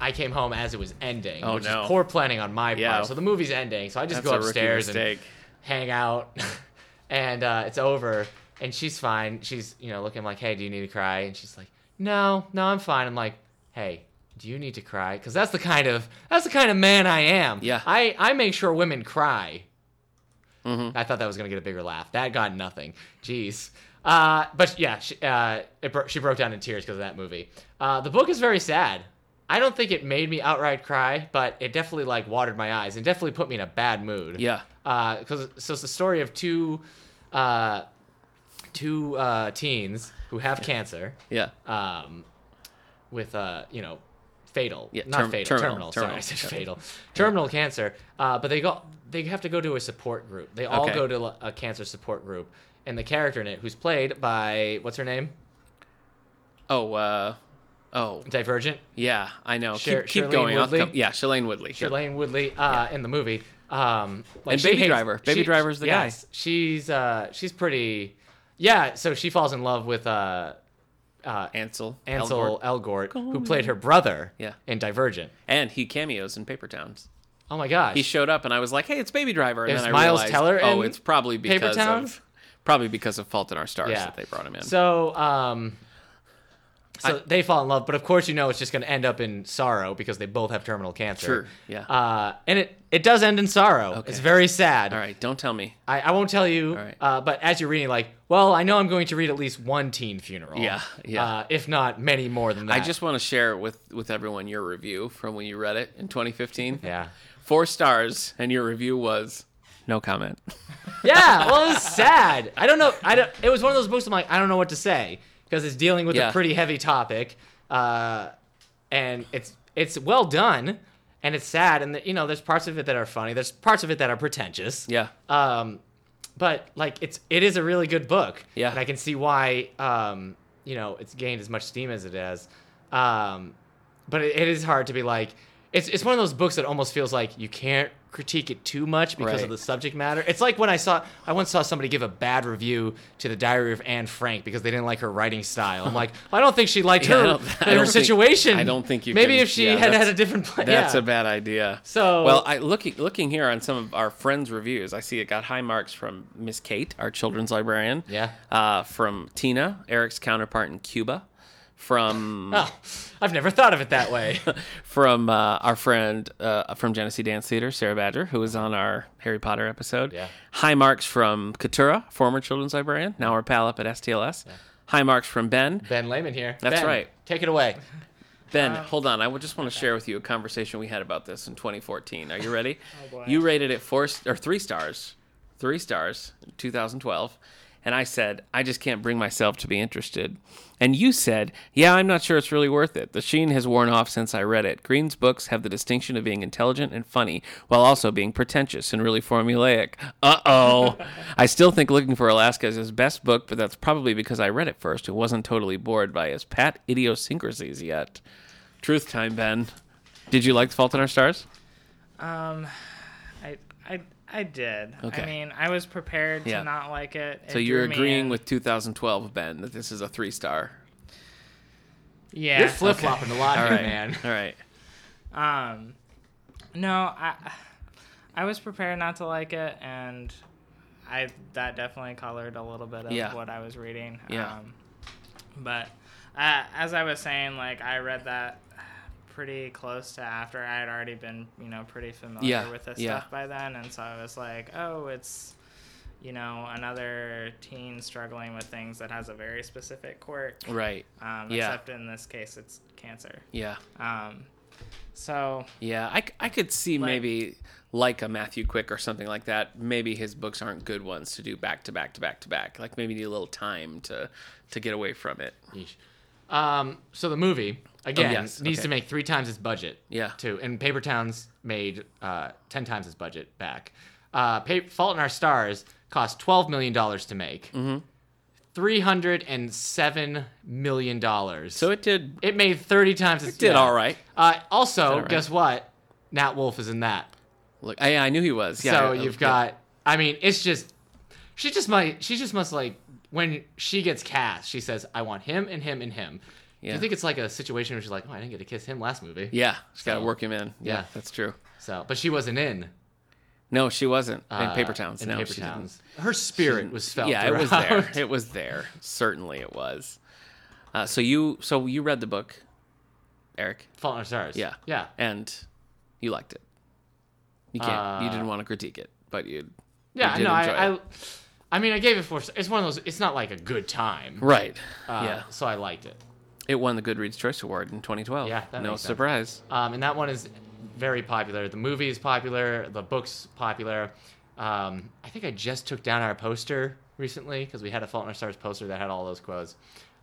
I came home as it was ending, Oh, which no. is poor planning on my part. Yeah. So the movie's ending, so I just That's go a rookie upstairs and mistake. hang out, and uh, it's over. And she's fine. She's you know looking like, hey, do you need to cry? And she's like, no, no, I'm fine. I'm like, hey. Do you need to cry? Because that's the kind of that's the kind of man I am. Yeah. I I make sure women cry. I thought that was gonna get a bigger laugh. That got nothing. Jeez. Uh, but yeah, she, uh, it bro- she broke down in tears because of that movie. Uh, the book is very sad. I don't think it made me outright cry, but it definitely like watered my eyes and definitely put me in a bad mood. Yeah. Because Uh, so it's the story of two, uh, two uh, teens who have cancer Yeah. um, with uh, you know, fatal, Yeah, not term- fatal, terminal, terminal, terminal. Sorry, I said fatal, terminal cancer. Uh, but they go, they have to go to a support group. They all Okay. go to a- a cancer support group, and the character in it, who's played by what's her name, Oh. uh Oh. Divergent, Yeah. I know. Sher- keep keep Shailene going. I'll Woodley? come- yeah. Shailene Woodley. Sure. Shailene Woodley, uh, in the movie. Um, like And she Baby hates- Driver. Baby she- Driver's the guy. yes, She's uh, she's pretty, yeah. So she falls in love with uh, uh, Ansel. Ansel Elgort. Elgort, who played her brother Yeah. in Divergent. And he cameos in Paper Towns. Oh my gosh. He showed up, and I was like, "Hey, it's Baby Driver." And Is then I Miles realized, Teller oh, in it's probably Paper because Towns? of probably because of Fault in Our Stars that they brought him in. So, um, so they fall in love, but of course, you know it's just going to end up in sorrow because they both have terminal cancer. Sure, yeah. Uh, and it it does end in sorrow. It's very sad. All right. Don't tell me. I, I won't tell you. right. Uh, but as you're reading, like, well, I know I'm going to read at least one teen funeral. Yeah, yeah. Uh, if not many more than that. I just want to share with with everyone your review from when you read it in 2015. yeah. Four stars, and your review was no comment. Yeah, well, it's sad. I don't know. I don't. It was one of those books. I'm like, I don't know what to say because it's dealing with Yeah. a pretty heavy topic, uh, and it's it's well done, and it's sad, and the, you know, there's parts of it that are funny. There's parts of it that are pretentious. Yeah. Um, but like, it's it is a really good book. Yeah. And I can see why. Um, you know, it's gained as much steam as it has. Um, but it, it is hard to be like. It's, it's one of those books that almost feels like you can't critique it too much because Right. of the subject matter. It's like when I saw I once saw somebody give a bad review to the Diary of Anne Frank because they didn't like her writing style. I'm like, well, I don't think she liked Yeah, I her, don't- I her don't think- situation. I don't think you Maybe can- if she yeah, had had that's- a different plan. That's yeah. a bad idea. So- well, I looking looking here on some of our friends' reviews, I see it got high marks from Miss Kate, our children's librarian. Yeah. Uh, from Tina, Eric's counterpart in Cuba, from Oh, I've never thought of it that way. from uh, our friend uh, from Genesee Dance Theater, Sarah Badger, who was on our Harry Potter episode. Yeah. High marks from Katura, former children's librarian, now our pal up at STLS. High marks from Ben. ben Lehman here. That's Ben, right. Take it away. Ben, hold on. I would just want to share with you a conversation we had about this in 2014. Are you ready? Oh, boy. You rated it four st- or three stars, three stars, in 2012. And I said, I just can't bring myself to be interested. And you said, Yeah, I'm not sure it's really worth it. The sheen has worn off since I read it. Green's books have the distinction of being intelligent and funny, while also being pretentious and really formulaic. Uh oh. I still think Looking for Alaska is his best book, but that's probably because I read it first and wasn't totally bored by his pat idiosyncrasies yet. Truth time, Ben. Did you like The Fault in Our Stars? Um, I I I did. Okay. I mean, I was prepared to Yeah. not like it. It So you're drew me agreeing in. with 2012, Ben, that this is a three star. yeah. You're flip flopping a lot All here, right, man. All right. Um, no, I I was prepared not to like it, and I that definitely colored a little bit of Yeah. what I was reading. Yeah. Um, but uh, as I was saying, like I read that pretty close to after I had already been, you know, pretty familiar Yeah, with this yeah. stuff by then, and so I was like, oh, it's you know another teen struggling with things that has a very specific quirk. Right. Um, Yeah. Except in this case, it's cancer. Yeah. Um, so Yeah. I, c- I could see Like- maybe like a Matthew Quick or something like that. Maybe his books aren't good ones to do back to back to back to back. Like maybe you need a little time to to get away from it. Yeesh. Um, so the movie again Oh, yes, needs okay. to make three times its budget. Yeah. Too, and Paper Towns made uh, ten times its budget back. Uh, pa- Fault in Our Stars cost twelve million dollars to make. Mm-hmm. hundred and seven million dollars. So it did. it made thirty times. Its, It did yeah. all right. Uh, also, right? guess what? Nat Wolf is in that. Look, I, I knew he was. Yeah. so I- I- you've got. I mean, it's just. She just might. She just must like when she gets cast. She says, "I want him and him and him." Do Yeah. you think it's like a situation where she's like, "Oh, I didn't get to kiss him last movie." Yeah. Just got to So- work him in. Yeah, Yeah. That's true. So, but she wasn't in. No, she wasn't in uh, Paper Towns. In no, Paper she didn't. Towns. Her spirit was felt. yeah it was throughout. there it was there certainly it was uh, so you so you read the book eric Fault in Our Stars. yeah Yeah. and you liked it you can't you Uh, didn't want to critique it but you Yeah. did No, I, enjoy I. I mean, I gave it four. st- It's one of those. It's not like a good time. right Uh, yeah So I liked it. it won the goodreads choice award in 2012 Yeah, that no makes sense. surprise Um, and that one is very popular. The movie is popular. The book's popular. Um, I think I just took down our poster recently because we had a Fault in Our Stars poster that had all those quotes.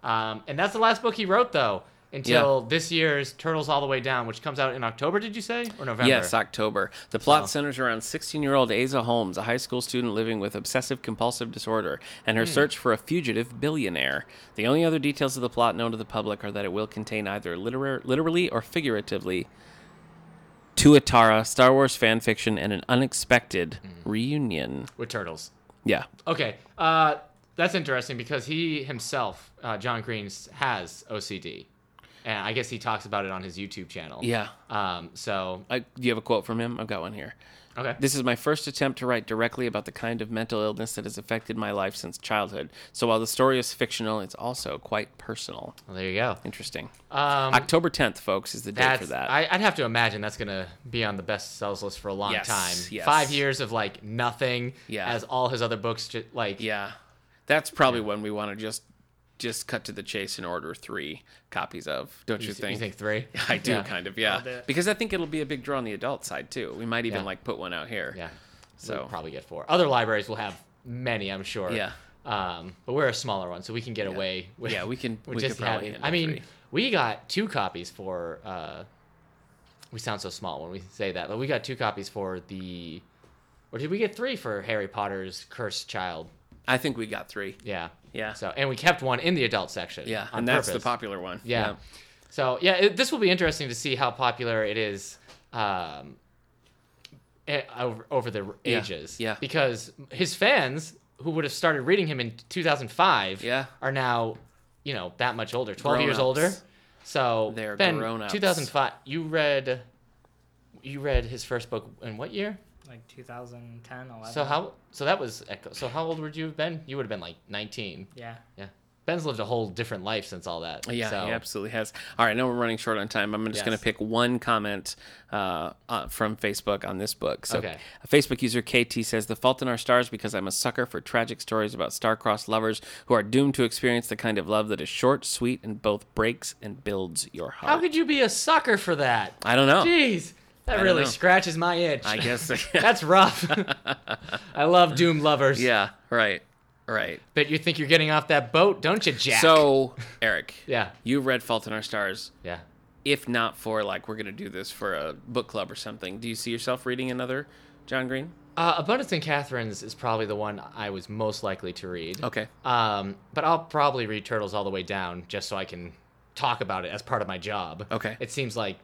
Um, and that's the last book he wrote, though, until this year's Turtles All the Way Down, which comes out in October, did you say? Or November? Yes, October. The plot centers around 16 year old Asa Holmes, a high school student living with obsessive compulsive disorder, and her search for a fugitive billionaire. The only other details of the plot known to the public are that it will contain either literar- literally or figuratively Tuatara, Star Wars fan fiction, and an unexpected reunion. With Turtles. Yeah. Okay, uh, that's interesting because he himself, uh, John Green, s- has OCD, and I guess he talks about it on his YouTube channel. Yeah. Um. So I, do you have a quote from him? I've got one here. okay. This is my first attempt to write directly about the kind of mental illness that has affected my life since childhood. So while the story is fictional, it's also quite personal. Well, there you go. Interesting. Um. October 10th, folks, is the date That's, for that. I, I'd have to imagine that's gonna be on the best sells list for a long Yes, time. yes. Five years of like nothing. Yeah. As all his other books, ju- like yeah. That's probably when we want to just just cut to the chase and order 3 copies of, don't you, you, think? think? you think three? I do Yeah. kind of, yeah. I'll do it. Because I think it'll be a big draw on the adult side too. We might even Yeah. like put one out here. Yeah. So- So probably get four. Other libraries will have many, I'm sure. Yeah. Um, but we're a smaller one, so we can get away with. Yeah, we can- with we could just probably having. handle I mean, three. we got two copies for. Uh, we sound so small when we say that, but we got two copies for the. Or did we get three for Harry Potter's Cursed Child? I think we got 3. Yeah. Yeah. So and we kept one in the adult section. Yeah, on and that's purpose. the popular one. Yeah. So yeah, it, this will be interesting to see how popular it is um, eh, over, over the ages. yeah. Because his fans, who would have started reading him in 2005, Yeah. are now, you know, that much older, 12 years Grown-ups. older. So They're Ben, grown-ups. 2005. You read, you read his first book in what year? like 2010, 11. So how? So that was Echo. So how old would you have been? You would have been like 19. Yeah. Yeah. Ben's lived a whole different life since all that. Yeah, so. he absolutely has. All right, I know we're running short on time. I'm just Yes. going to pick one comment uh, uh, from Facebook on this book. So, Okay. a Facebook user KT says, "The Fault in Our Stars," because I'm a sucker for tragic stories about star-crossed lovers who are doomed to experience the kind of love that is short, sweet, and both breaks and builds your heart. How could you be a sucker for that? I don't know. Jeez, that really Oh. know. scratches my itch. I guess. That's rough. I love doom lovers. yeah. Right. Right. But you think you're getting off that boat, don't you, Jack? So, Eric. Yeah. You've read Fault in Our Stars. Yeah. If not for like we're gonna do this for a book club or something, do you see yourself reading another John Green? Uh, Abundance and Catherine's is probably the one I was most likely to read. Okay. Um, but I'll probably read Turtles all the way down just so I can talk about it as part of my job. Okay. It seems like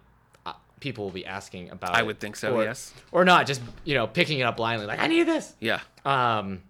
uh, people will be asking about I it. would think so, Or- yes. Or not, just, you know, picking it up blindly, like, I need this. Yeah. Um,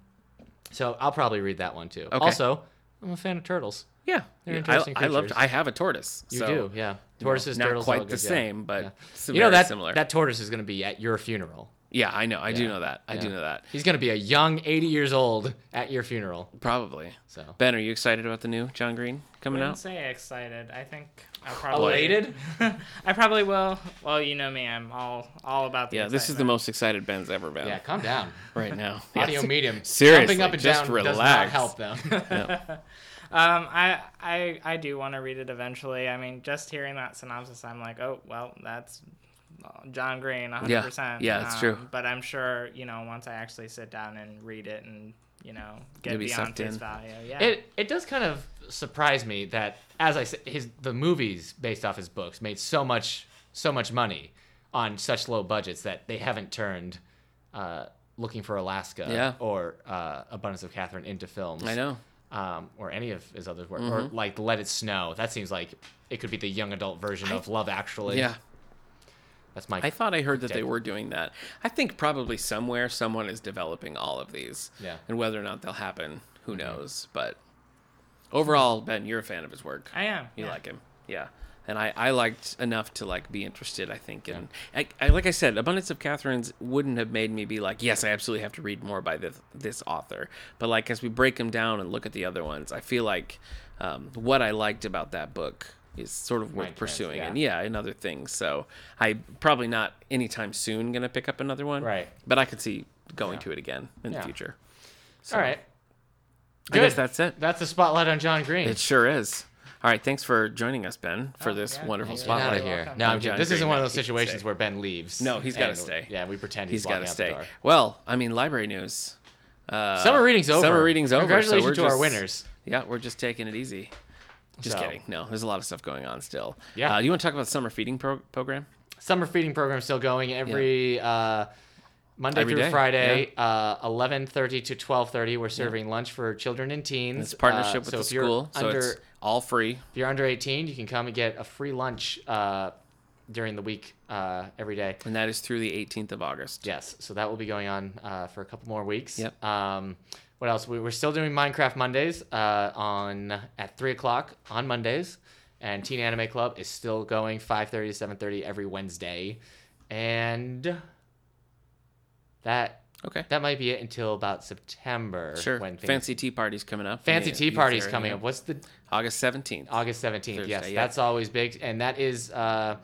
so I'll probably read that one too. Also, I'm a fan of turtles. Yeah. They're I, interesting I loved creatures. I have a tortoise. You so, do, yeah. Tortoises, not turtles, quite all the good, yeah. same, but Yeah. s- you know very that similar. that tortoise is going to be at your funeral. yeah, I know. I do Yeah. know that. I do Yeah. know that. He's going to be a young 80 years old at your funeral. Probably. So Ben, are you excited about the new John Green coming wouldn't out? say excited. I think I probably Elated? I probably will. Well, you know me. I'm all all about the. Yeah, this is the excitement. most excited Ben's ever been yeah, calm down. right now. Audio medium. Seriously, jumping up and just down does relax. not help them. Um, I I I do want to read it eventually. I mean, just hearing that synopsis, I'm like, oh well, that's uh, John Green, 100. percent Um, Yeah, yeah, it's true. But I'm sure you know once I actually sit down and read it and you know You'll get be beyond sucked face in. value. Yeah. It it does kind of surprise me that as I said, his the movies based off his books made so much so much money on such low budgets that they haven't turned uh, Looking for Alaska Yeah. or uh, Abundance of Catherine into films. I know. Um, or any of his other work, or like Let It Snow. That seems like it could be the young adult version of Love Actually. Yeah. that's my. I thought I heard that they were doing that. I think probably somewhere someone is developing all of these. Yeah. Mm-hmm. And whether or not they'll happen, who knows? But overall, Ben, you're a fan of his work. I am. You yeah. like him, yeah. And I, I liked enough to like be interested. I think, and I, I, like I said, Abundance of Catherines wouldn't have made me be like, yes, I absolutely have to read more by this this author. But like as we break them down and look at the other ones, I feel like um, what I liked about that book is sort of worth Mind transfer, pursuing, yeah. and yeah, and other things. So I probably not anytime soon gonna pick up another one, Right. But I could see going to it again in Yeah. the future. All right, I guess Good. that's it. that's the spotlight on John Green. It sure is. All right, thanks for joining us, Ben, for this yeah, wonderful thank Get you. out spotlight. of here. welcome. No, I'm John kidding. this isn't Green, one of no, those he can situations stay. where Ben leaves. No, he's gotta And- stay. Yeah, we pretend he's, He's got to walking out the stay. door. Well, I mean, library news. Uh, Summer reading's over. Summer reading's over. so Congratulations we're to just- our winners. Yeah, we're just taking it easy. Just So- kidding. No, there's a lot of stuff going on still. Yeah. Uh, you want to talk about the summer feeding pro- program? Summer feeding program still going every uh, Monday Every through day, Friday, uh, 11:30 to 12:30. We're serving lunch for children and teens. It's a partnership Uh, with so the if you're school, so under, it's all free. if you're under 18, you can come and get a free lunch uh, during the week uh, every day. And that is through the 18th of August. Yes, so that will be going on uh, for a couple more weeks. Yep. Um, what else? We, we're still doing Minecraft Mondays uh, on at three o'clock on Mondays, and Teen Anime Club is still going five thirty to seven thirty every Wednesday, and that Okay. that might be it until about September. Sure. When things, Fancy tea parties coming up. Fancy Yeah, Tea youth Party's area. coming up. What's the August 17th. August 17th. yes, Thursday, yeah. that's always big, and that is uh,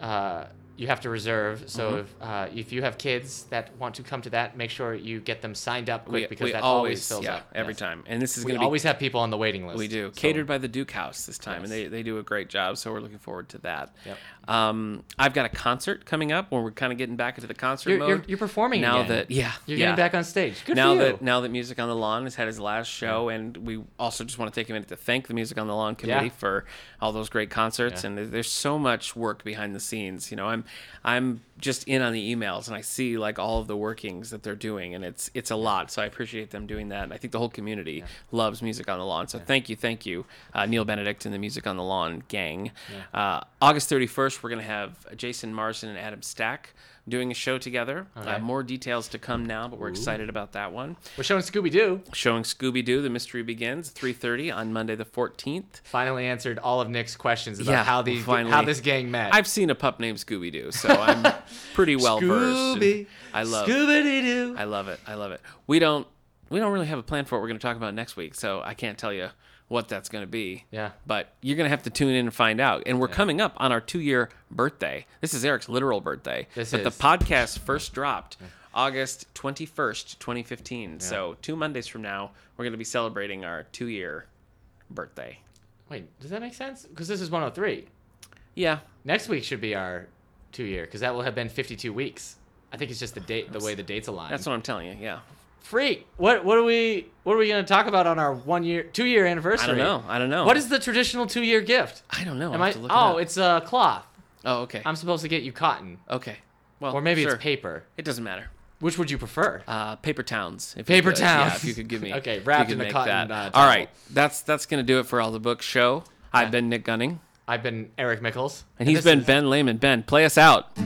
uh, you have to reserve. So Mm-hmm. if uh, if you have kids that want to come to that, make sure you get them signed up quick we, because we that always, always fills yeah, up every Yes. time. And this is We going to be always have people on the waiting list. We do. so- Catered by the Duke House this time, and Yes. they, they do a great job, so we're looking forward to that. Yep. Um, I've got a concert coming up where we're kind of getting back into the concert You're, mode. you're, you're performing now again. that yeah you're yeah. getting back on stage. Good for now you. that now that Music on the Lawn has had his last show, and we also just want to take a minute to thank the Music on the Lawn committee Yeah. for all those great concerts. And there- there's so much work behind the scenes. You know, I'm I'm just in on the emails, and I see like all of the workings that they're doing, and it's it's a lot. So I appreciate them doing that, and I think the whole community loves Music on the Lawn. So thank you, thank you, uh, Neil Benedict and the Music on the Lawn gang. Uh, August 31st, we're gonna have Jason Marsden and Adam Stack. Doing a show together. Uh, right. more details to come now, but we're excited about that one we're showing Scooby Doo. showing Scooby Doo: The Mystery Begins, 3:30 on Monday the 14th. Finally answered all of Nick's questions about Yeah, how these finally. how this gang met. I've seen a pup named Scooby Doo, so I'm pretty well versed. Scooby, and I love, Scooby Doo. I love it, I love it. We don't, we don't really have a plan for what we're going to talk about next week, so I can't tell you what that's going to be. Yeah. But you're going to have to tune in and find out. And we're coming up on our two year birthday. This is Eric's literal birthday. This but is. the podcast first dropped August 21st, 2015. So two Mondays from now, we're going to be celebrating our two year birthday. Wait, does that make sense? Because this is 103. Yeah. Next week should be our two year because that will have been 52 weeks. I think it's just the date, the way the dates align. Oh, That's what I'm telling you. Yeah. freak. What what are we what are we gonna talk about on our one year two year I anniversary? don't know. I don't know. What is the traditional two year gift? I don't know. Am I'll I? have to look it oh, up. it's uh, cloth. Oh, okay. I'm supposed to get you cotton, okay. Well, or maybe sure. it's paper. It doesn't matter. Which would you prefer? Uh, paper towns. If you Paper could. Yeah, towns. if you could give me. Okay, if you wrapped could in a make cotton, that. uh, All towel. right, that's that's gonna do it for all the book show. I've been Nick Gunning, I've been Eric Mickles, and he's this been is- Ben Lehman. Ben, play us out.